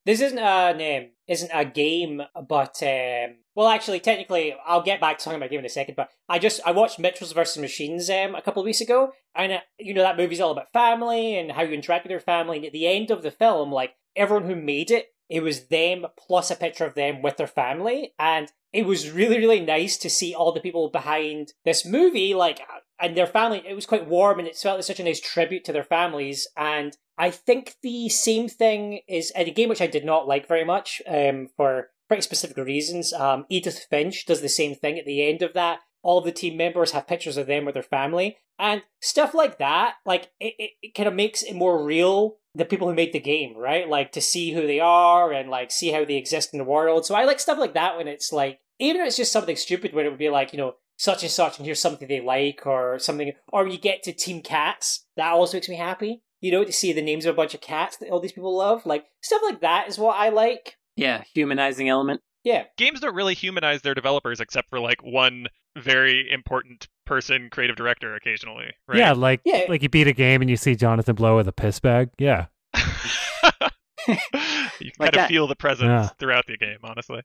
Speaker 4: This isn't a name, isn't a game, but um, well, actually, technically, I'll get back to talking about game in a second. But I just I watched Mitchell's versus Machines um, a couple of weeks ago, and uh, you know that movie's all about family and how you interact with your family. And at the end of the film, like everyone who made it, it was them plus a picture of them with their family, and it was really really nice to see all the people behind this movie, like and their family. It was quite warm, and it felt like such a nice tribute to their families. And I think the same thing is in a game which I did not like very much um, for pretty specific reasons. Um, Edith Finch does the same thing at the end of that. All the team members have pictures of them with their family and stuff like that. Like it, it, it kind of makes it more real. The people who made the game, right? Like to see who they are and like see how they exist in the world. So I like stuff like that when it's like, even if it's just something stupid, when it would be like, you know, such and such, and here's something they like or something. Or you get to Team Cats. That also makes me happy you know, to see the names of a bunch of cats that all these people love. Like, stuff like that is what I like.
Speaker 3: Yeah, humanizing element.
Speaker 4: Yeah.
Speaker 2: <laughs> Games don't really humanize their developers except for like one very important person, creative director, occasionally. Right?
Speaker 1: Yeah, like
Speaker 4: Yeah.
Speaker 1: like you beat a game and you see Jonathan Blow with a piss bag. Yeah,
Speaker 2: <laughs>
Speaker 1: <laughs>
Speaker 2: you
Speaker 3: Like
Speaker 2: kind
Speaker 3: that.
Speaker 2: of feel the presence
Speaker 1: Yeah.
Speaker 2: throughout the game, honestly.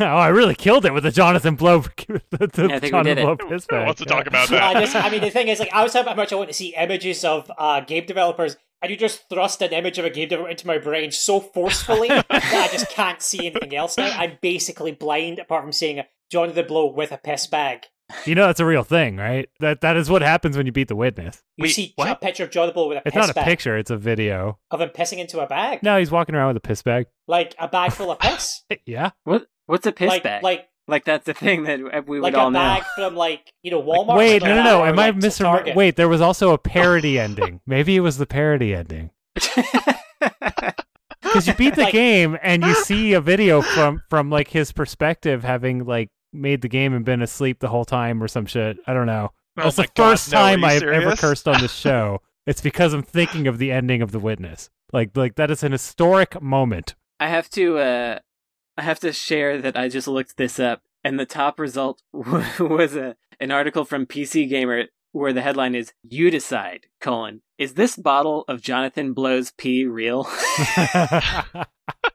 Speaker 1: oh, I really killed it with the Jonathan Blow, the
Speaker 3: I think we
Speaker 1: Jonathan
Speaker 3: did it.
Speaker 1: Blow
Speaker 2: Who
Speaker 1: piss
Speaker 2: wants
Speaker 1: bag.
Speaker 2: to
Speaker 1: yeah.
Speaker 2: talk about
Speaker 4: I
Speaker 2: that?
Speaker 4: just, I mean, the thing is, like, I was talking about how much I want to see images of uh, game developers, and you just thrust an image of a game developer into my brain
Speaker 1: <laughs>
Speaker 4: so forcefully that I just can't see anything else now. I'm basically blind apart from seeing John the Blow with a piss bag.
Speaker 1: <laughs> You know that's a real thing, right? That that is what happens when you beat the witness.
Speaker 4: You
Speaker 2: Wait,
Speaker 4: see
Speaker 2: what?
Speaker 4: a picture of John the Blow with a
Speaker 1: It's
Speaker 4: piss
Speaker 1: not a
Speaker 4: bag
Speaker 1: picture; it's a video.
Speaker 4: of him pissing into a bag,
Speaker 1: No, he's walking around with a piss bag.
Speaker 4: like a
Speaker 1: <laughs>
Speaker 4: bag full of piss,
Speaker 1: Yeah,
Speaker 3: What what's a piss
Speaker 4: like
Speaker 3: bag? Like,
Speaker 4: like
Speaker 3: that's a thing that we would
Speaker 4: like
Speaker 3: all
Speaker 4: a
Speaker 3: know.
Speaker 4: bag from like you know
Speaker 1: Like,
Speaker 4: Walmart.
Speaker 1: wait,
Speaker 4: or
Speaker 1: no, no, no.
Speaker 4: or,
Speaker 1: Am I
Speaker 4: like,
Speaker 1: misremembering?
Speaker 4: Target.
Speaker 1: Wait, there was also a parody ending. Maybe it was the parody ending.
Speaker 3: <laughs>
Speaker 1: because you beat the
Speaker 4: Like-
Speaker 1: game and you see a video from from like his perspective having like made the game and been asleep the whole time or some shit i don't know
Speaker 2: Oh
Speaker 1: that's
Speaker 2: my
Speaker 1: the first
Speaker 2: God, no, are
Speaker 1: time
Speaker 2: you
Speaker 1: i've ever
Speaker 2: serious?
Speaker 1: cursed on this show it's because i'm thinking of the ending of the witness like like that is an historic moment <laughs>
Speaker 3: I have to uh I have to share that I just looked this up and the top result <laughs> was a an article from PC Gamer where the headline is you decide colon is this bottle of Jonathan Blow's pee real? <laughs>
Speaker 1: i
Speaker 2: <laughs>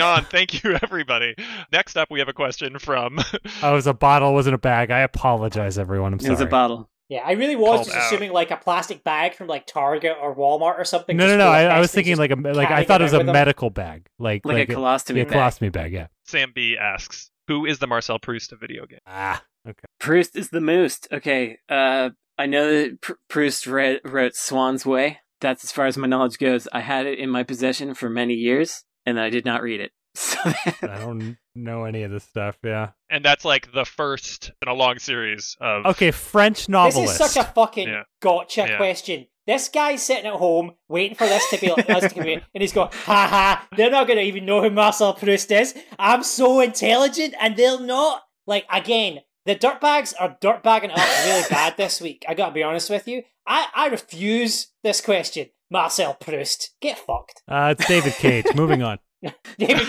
Speaker 1: <laughs>
Speaker 2: on. Thank you, everybody. Next up, we have a question from
Speaker 1: was a bottle wasn't a bag i apologize everyone i'm
Speaker 3: it
Speaker 1: sorry
Speaker 3: was a bottle.
Speaker 4: Yeah, I really was
Speaker 2: Called
Speaker 4: just
Speaker 2: out.
Speaker 4: assuming like a plastic bag from like Target or Walmart or something.
Speaker 1: no
Speaker 4: just
Speaker 1: no no
Speaker 4: full of
Speaker 1: I, I was
Speaker 4: pesticides.
Speaker 1: thinking like a like i
Speaker 4: carrying
Speaker 1: thought
Speaker 4: it
Speaker 1: it was
Speaker 4: with
Speaker 1: a
Speaker 4: them.
Speaker 1: medical bag like
Speaker 3: Like, a colostomy
Speaker 1: yeah,
Speaker 3: bag.
Speaker 1: colostomy bag yeah
Speaker 2: Sam B. asks, "Who is the Marcel Proust of video games?"
Speaker 1: ah okay
Speaker 3: Proust is the moost. Okay, uh, I know that Pr- Proust read, wrote Swan's Way. That's as far as my knowledge goes. I had it in my possession for many years, and I did not read it. <laughs> So
Speaker 1: i don't know any of this stuff yeah
Speaker 2: And that's like the first in a long series of.
Speaker 1: Okay, French
Speaker 4: this
Speaker 1: novelist.
Speaker 4: is such a fucking
Speaker 2: Yeah.
Speaker 4: gotcha
Speaker 2: Yeah.
Speaker 4: question. This guy's sitting at home waiting for this to be us to come in, and he's going, "Ha ha! They're not going to even know who Marcel Proust is. I'm so intelligent, and they'll not." Like again, The dirtbags are dirtbagging up really bad this week. I gotta be honest with you. I, I refuse this question. Marcel Proust, get fucked. <laughs>
Speaker 1: Uh, it's David Cage. Moving on.
Speaker 4: David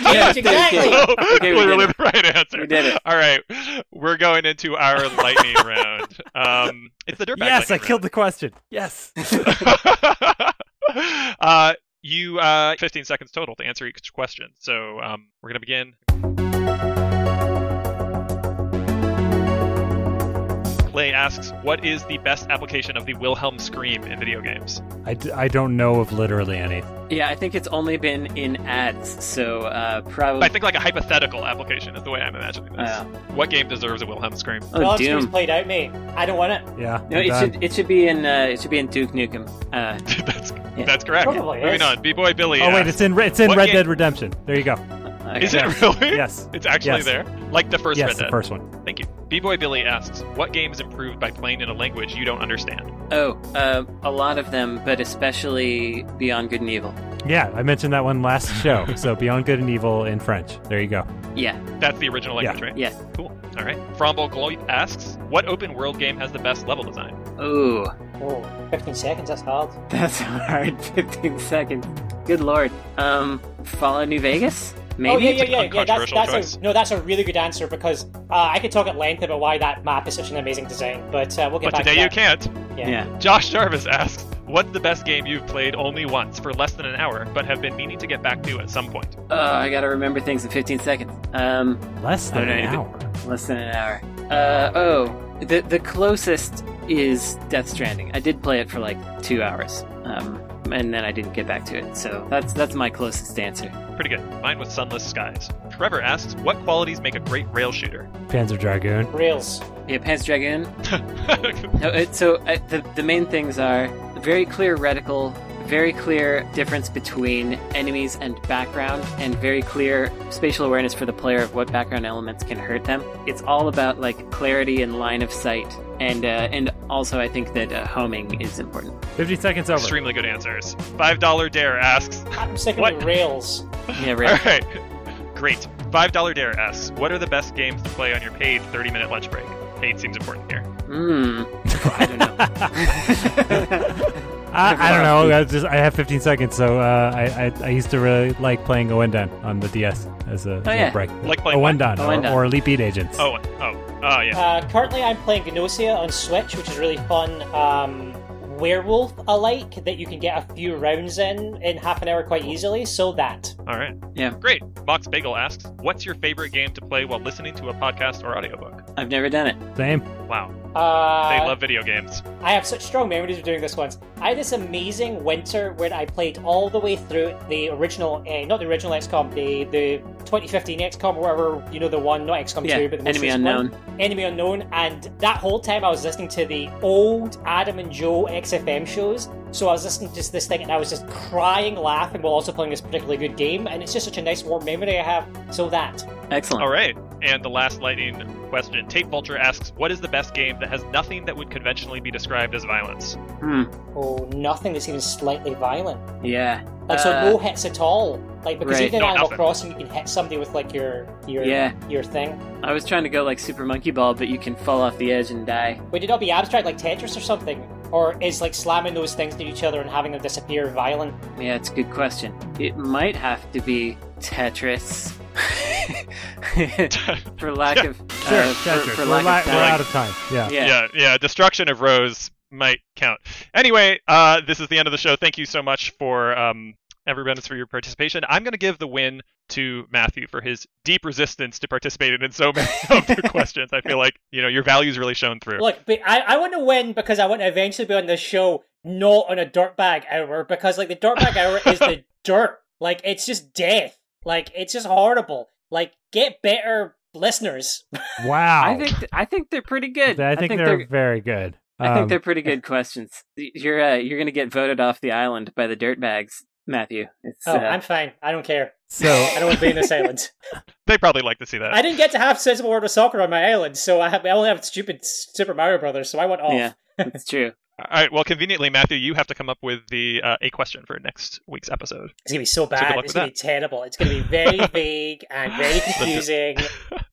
Speaker 3: <laughs> Yeah, it's
Speaker 4: Cage,
Speaker 3: David Cage.
Speaker 4: exactly.
Speaker 2: <laughs> So,
Speaker 3: Okay, we
Speaker 2: clearly
Speaker 3: did
Speaker 2: the right answer.
Speaker 3: We did it.
Speaker 2: All right, we're going into
Speaker 3: <laughs>
Speaker 2: our lightning round. Um, it's the dirtbag.
Speaker 1: yes, I
Speaker 2: lightning
Speaker 1: killed the question. Yes.
Speaker 2: round. <laughs> uh, you uh, 15 seconds total to answer each question. So um, we're gonna begin. Clay asks, "What is the best application of the Wilhelm scream in video games?"
Speaker 1: I, d- I don't know of literally any.
Speaker 3: Yeah, I think it's only been in ads, so uh, probably.
Speaker 2: I think like a hypothetical application is the way I'm imagining this.
Speaker 3: Uh,
Speaker 2: What game deserves a Wilhelm scream? <laughs>
Speaker 3: oh,
Speaker 4: Well, it's
Speaker 3: Doom.
Speaker 4: played out, mate. I don't want it.
Speaker 1: Yeah.
Speaker 3: No, it
Speaker 1: done.
Speaker 3: should it should be in uh, it should be in Duke Nukem. Uh,
Speaker 2: that's that's correct.
Speaker 4: Probably
Speaker 2: Moving
Speaker 4: is.
Speaker 2: on, B boy Billy.
Speaker 1: Oh wait,
Speaker 2: asks,
Speaker 1: it's in re- it's in
Speaker 2: What
Speaker 1: Red
Speaker 2: game-
Speaker 1: Dead Redemption. There you go.
Speaker 3: okay.
Speaker 2: is it really?
Speaker 1: Yes.
Speaker 2: <laughs> It's actually
Speaker 1: Yes.
Speaker 2: there, like the first
Speaker 1: yes,
Speaker 2: Red
Speaker 1: the
Speaker 2: Dead.
Speaker 1: first one.
Speaker 2: Thank you. B boy Billy asks, "What game is improved by playing in a language you don't understand?"
Speaker 3: Oh, uh, a lot of them, but especially Beyond Good and Evil.
Speaker 1: Yeah, I mentioned that one <laughs> last show. so Beyond Good and Evil in French. There you go.
Speaker 3: Yeah,
Speaker 2: That's the original language, right?
Speaker 3: yeah.
Speaker 2: Cool. All right. Fromble Gloit asks, "What open world game has the best level design?"
Speaker 3: Ooh,
Speaker 4: Oh, 15 seconds, that's hard.
Speaker 3: that's <laughs> hard. Fifteen seconds. Good lord. Um, Fallout New Vegas. Maybe.
Speaker 4: Oh yeah, yeah,
Speaker 2: an
Speaker 4: yeah, yeah. That's,
Speaker 2: uncontroversial
Speaker 4: that's
Speaker 2: choice.
Speaker 4: a, no, that's a really good answer because uh, I could talk at length about why that map is such an amazing design, but uh, we'll get
Speaker 2: But
Speaker 4: back
Speaker 2: today you
Speaker 4: to
Speaker 2: can't.
Speaker 4: that.
Speaker 3: yeah.
Speaker 2: Josh Jarvis asks, "What's the best game you've played only once for less than an hour, but have been meaning to get back to at some point?"
Speaker 3: Oh, I gotta remember things in fifteen seconds. Um,
Speaker 1: Less
Speaker 3: I
Speaker 1: than
Speaker 3: don't
Speaker 1: an
Speaker 3: know.
Speaker 1: hour.
Speaker 3: less than an hour. Uh oh, the the closest is Death Stranding. I did play it for like two hours, um, and then I didn't get back to it. So that's that's my closest answer.
Speaker 2: Pretty good. Mine was Sunless Skies. Trevor asks, "What qualities make a great rail shooter?" <laughs>
Speaker 1: Panzer Dragoon.
Speaker 4: Rails.
Speaker 3: Yeah, Panzer Dragoon. No, it, so uh, the the main things are very clear reticle, very clear difference between enemies and background, and very clear spatial awareness for the player of what background elements can hurt them. It's all about like clarity and line of sight, and uh, and also I think that uh, homing is important.
Speaker 1: Fifty seconds over.
Speaker 2: Extremely good answers. Five dollar dare asks. <laughs>
Speaker 4: I'm sticking
Speaker 2: What?
Speaker 4: with rails.
Speaker 3: Yeah,
Speaker 2: All
Speaker 3: right.
Speaker 2: right, great. Five dollar dare asks. What are the best games to play on your paid thirty minute lunch break? Paid seems important here.
Speaker 1: <laughs>
Speaker 3: Mm. I don't know.
Speaker 1: I, I don't know. I just I have 15 seconds, so uh, I, I I used to really like playing Owendan on the DS as a, as a
Speaker 3: Oh, yeah.
Speaker 1: break.
Speaker 2: Like playing what?
Speaker 1: Owendan
Speaker 3: Owendan.
Speaker 1: or, or Elite Beat Agents.
Speaker 2: Oh, oh, oh, yeah.
Speaker 4: Uh, currently, I'm playing Gnosia on Switch, which is really fun. Um, werewolf alike that you can get a few rounds in in half an hour quite easily. So that
Speaker 2: All right.
Speaker 3: Yeah.
Speaker 2: Great. Box Bagel asks, "What's your favorite game to play while listening to a podcast or audiobook?"
Speaker 3: <laughs> I've never done it.
Speaker 1: Same.
Speaker 2: Wow,
Speaker 4: uh,
Speaker 2: they love video games.
Speaker 4: I have such strong memories of doing this once. I had this amazing winter when I played all the way through the original, uh, not the original XCOM, the the 2015 XCOM, or whatever you know, the one, not XCOM
Speaker 3: Yeah,
Speaker 4: 2, but the most
Speaker 3: Enemy
Speaker 4: recent
Speaker 3: Unknown.
Speaker 4: one, Enemy Unknown. And that whole time, I was listening to the old Adam and Joe XFM shows. So I was listening to this thing, and I was just crying, laughing while also playing this particularly good game. And it's just such a nice, warm memory I have. So that
Speaker 3: Excellent.
Speaker 2: All right. And the last lightning question. Tape Vulture asks, "What is the best game that has nothing that would conventionally be described as violence?"
Speaker 3: Hmm.
Speaker 4: oh, nothing that's even slightly violent.
Speaker 3: Yeah.
Speaker 4: Like so,
Speaker 3: Uh,
Speaker 4: no hits at all. Like because
Speaker 3: right.
Speaker 4: even in
Speaker 2: No,
Speaker 4: Animal
Speaker 2: nothing.
Speaker 4: Crossing, you can hit somebody with like your your
Speaker 3: Yeah.
Speaker 4: your thing.
Speaker 3: I was trying to go like Super Monkey Ball, but you can fall off the edge and die.
Speaker 4: Would it not be abstract like Tetris or something? Or is like slamming those things to each other and having them disappear violent?
Speaker 3: Yeah, it's a good question. It might have to be Tetris. <laughs> for lack of
Speaker 1: Sure.
Speaker 3: uh, for,
Speaker 1: Tetris.
Speaker 3: for
Speaker 1: we're,
Speaker 3: lack
Speaker 1: li-
Speaker 3: of
Speaker 1: we're
Speaker 3: time.
Speaker 1: out of time.
Speaker 2: <laughs>
Speaker 1: Yeah.
Speaker 3: yeah.
Speaker 2: yeah, yeah, Destruction of Rose might count. Anyway, uh, this is the end of the show. Thank you so much for um, everyone for your participation. I'm going to give the win to Matthew for his deep resistance to participating in so many <laughs> of the questions. I feel like you know your values really shone through.
Speaker 4: Look, but I, I want to win because I want to eventually be on this show, not on a dirtbag hour, because like the dirtbag hour is the dirt. Like it's just death. Like it's just horrible. Like get better listeners.
Speaker 1: Wow.
Speaker 3: I think th- I think they're pretty good.
Speaker 1: I think they're, very good.
Speaker 3: I
Speaker 1: Um,
Speaker 3: think they're
Speaker 1: <laughs>
Speaker 3: pretty good questions. You're uh, you're gonna get voted off the island by the dirtbags, Matthew. It's <laughs>
Speaker 4: Oh,
Speaker 3: uh,
Speaker 4: I'm fine. I don't care.
Speaker 1: so.
Speaker 4: <laughs> I don't
Speaker 3: <laughs>
Speaker 4: want to be in this island.
Speaker 2: They probably like to see that.
Speaker 4: I didn't get to have sensible world of soccer on my island, so I, have, I only have stupid Super Mario Brothers. So I went off.
Speaker 3: yeah, it's true.
Speaker 2: All right. Well, conveniently, Matthew, you have to come up with the uh, a question for next week's episode.
Speaker 4: It's gonna be so
Speaker 2: good
Speaker 4: bad.
Speaker 2: luck
Speaker 4: it's
Speaker 2: with
Speaker 4: gonna be terrible. It's gonna be very vague and very confusing,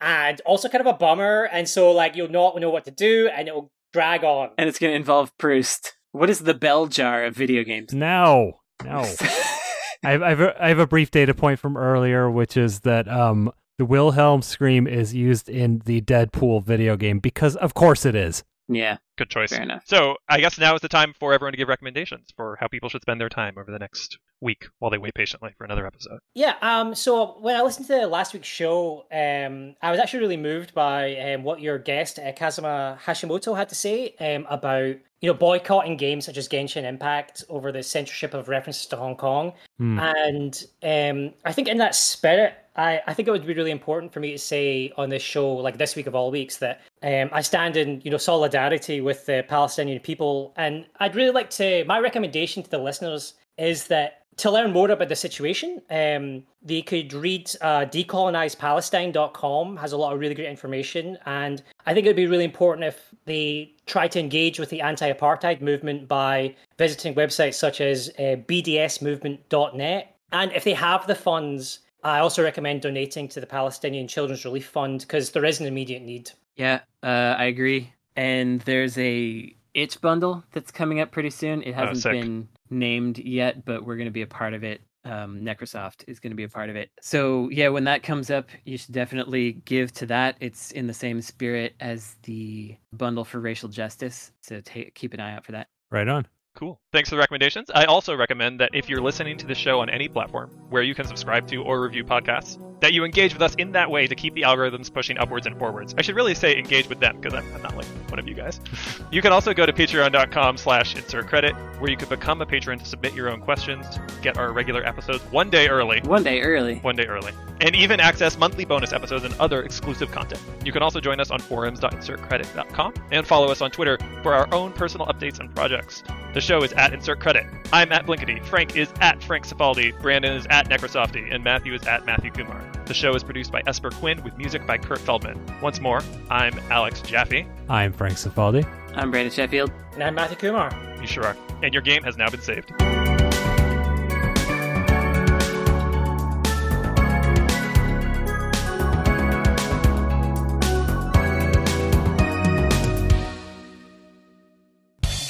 Speaker 4: and also kind of a bummer. And so, like, you'll not know what to do, and it'll drag on.
Speaker 3: and it's going to involve Proust. What is the bell jar of video games?
Speaker 1: No,
Speaker 3: <laughs>
Speaker 1: no. I've, I've a- I have a brief data point from earlier, which is that um, the Wilhelm scream is used in the Deadpool video game because, of course, it is.
Speaker 3: yeah,
Speaker 2: Good choice.
Speaker 3: fair enough.
Speaker 2: So I guess now is the time for everyone to give recommendations for how people should spend their time over the next week while they wait patiently for another episode.
Speaker 4: Yeah. Um. So when I listened to last week's show, um, I was actually really moved by um what your guest uh, Kazuma Hashimoto had to say um about you know boycotting games such as Genshin Impact over the censorship of references to Hong Kong.
Speaker 1: Hmm.
Speaker 4: And um, I think in that spirit, I, I think it would be really important for me to say on this show, like this week of all weeks, that um, I stand in you know solidarity with the Palestinian people, and I'd really like to. My recommendation to the listeners is that to learn more about the situation, um, they could read uh, decolonizepalestine.com has a lot of really great information, and I think it would be really important if they try to engage with the anti-apartheid movement by visiting websites such as uh, bdsmovement.net. And if they have the funds, I also recommend donating to the Palestinian Children's Relief Fund because there is an immediate need.
Speaker 3: Yeah, uh, I agree. And there's a itch bundle that's coming up pretty soon. It hasn't
Speaker 2: sick.
Speaker 3: been named yet, but we're going to be a part of it. Um, Necrosoft is going to be a part of it. So yeah, when that comes up, you should definitely give to that. It's in the same spirit as the bundle for racial justice. So take, keep an eye out for that.
Speaker 1: Right on.
Speaker 2: Cool. Thanks for the recommendations. I also recommend that if you're listening to the show on any platform where you can subscribe to or review podcasts, that you engage with us in that way to keep the algorithms pushing upwards and forwards. I should really say engage with them because I'm, I'm not like one of you guys. You can also go to patreon.com slash insert credit where you can become a patron to submit your own questions, get our regular episodes one day early,
Speaker 3: One day early.
Speaker 2: one day early, and even access monthly bonus episodes and other exclusive content. You can also join us on forums.insertcredit.com and follow us on Twitter for our own personal updates and projects. The show is at Insert Credit. I'm at Blinkety, Frank is at Frank Cifaldi, Brandon is at Necrosofty, and Matthew is at Matthew Kumar. The show is produced by Esper Quinn with music by Kurt Feldman. Once more, I'm Alex Jaffe.
Speaker 1: I'm Frank Cifaldi.
Speaker 3: I'm Brandon Sheffield.
Speaker 4: And I'm Matthew Kumar.
Speaker 2: You sure are. And your game has now been saved.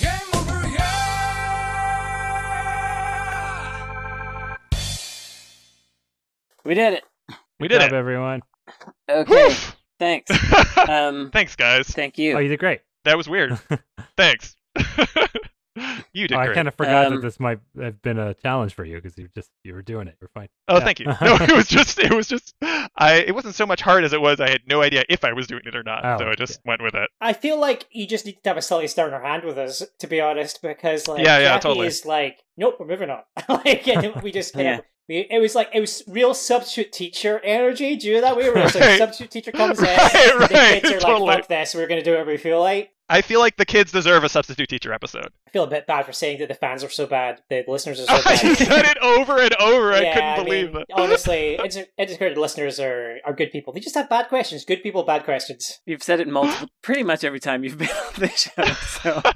Speaker 5: Game over, yeah!
Speaker 3: We did it.
Speaker 2: We did
Speaker 1: Good
Speaker 2: <laughs>
Speaker 1: job,
Speaker 2: it.
Speaker 1: everyone.
Speaker 3: Okay. Thanks. Um,
Speaker 2: <laughs> Thanks, guys.
Speaker 3: thank you.
Speaker 1: Oh, you did great.
Speaker 2: That was weird. Thanks. <laughs> you did
Speaker 1: Oh, I
Speaker 2: great.
Speaker 1: kind of forgot
Speaker 3: Um,
Speaker 1: that this might have been a challenge for you because you just you were doing it. You're fine.
Speaker 2: Oh,
Speaker 1: Yeah.
Speaker 2: thank
Speaker 1: <laughs>
Speaker 2: you. No, it was just, it was just, I, it wasn't so much hard as it was I had no idea if I was doing it or not,
Speaker 1: Oh,
Speaker 2: so I just went with it.
Speaker 4: I feel like you just need to have a slightly stern hand with us, to be honest, because like
Speaker 2: Yeah, yeah,
Speaker 4: Jackie
Speaker 2: totally.
Speaker 4: is like, nope, we're moving on. <laughs> like and we just kind
Speaker 3: Yeah.
Speaker 4: of, we, it was like it was real substitute teacher energy. Do you know that way? Where it's like
Speaker 2: Right.
Speaker 4: substitute
Speaker 2: <laughs>
Speaker 4: teacher comes in,
Speaker 2: Right,
Speaker 4: the
Speaker 2: right,
Speaker 4: kids are
Speaker 2: totally.
Speaker 4: like, fuck this, we're gonna do whatever we feel like.
Speaker 2: I feel like the kids deserve a substitute teacher episode.
Speaker 4: I feel a bit bad for saying that the fans are so bad, the listeners are
Speaker 2: <laughs>
Speaker 4: so
Speaker 2: I
Speaker 4: bad.
Speaker 2: said it over and over. I couldn't
Speaker 4: Yeah,
Speaker 2: believe
Speaker 4: mean,
Speaker 2: it. <laughs>
Speaker 4: honestly, it's- it's great listeners are, are good people. They just have bad questions. Good people, bad questions.
Speaker 3: You've said it multiple, pretty much every time you've been on the show. So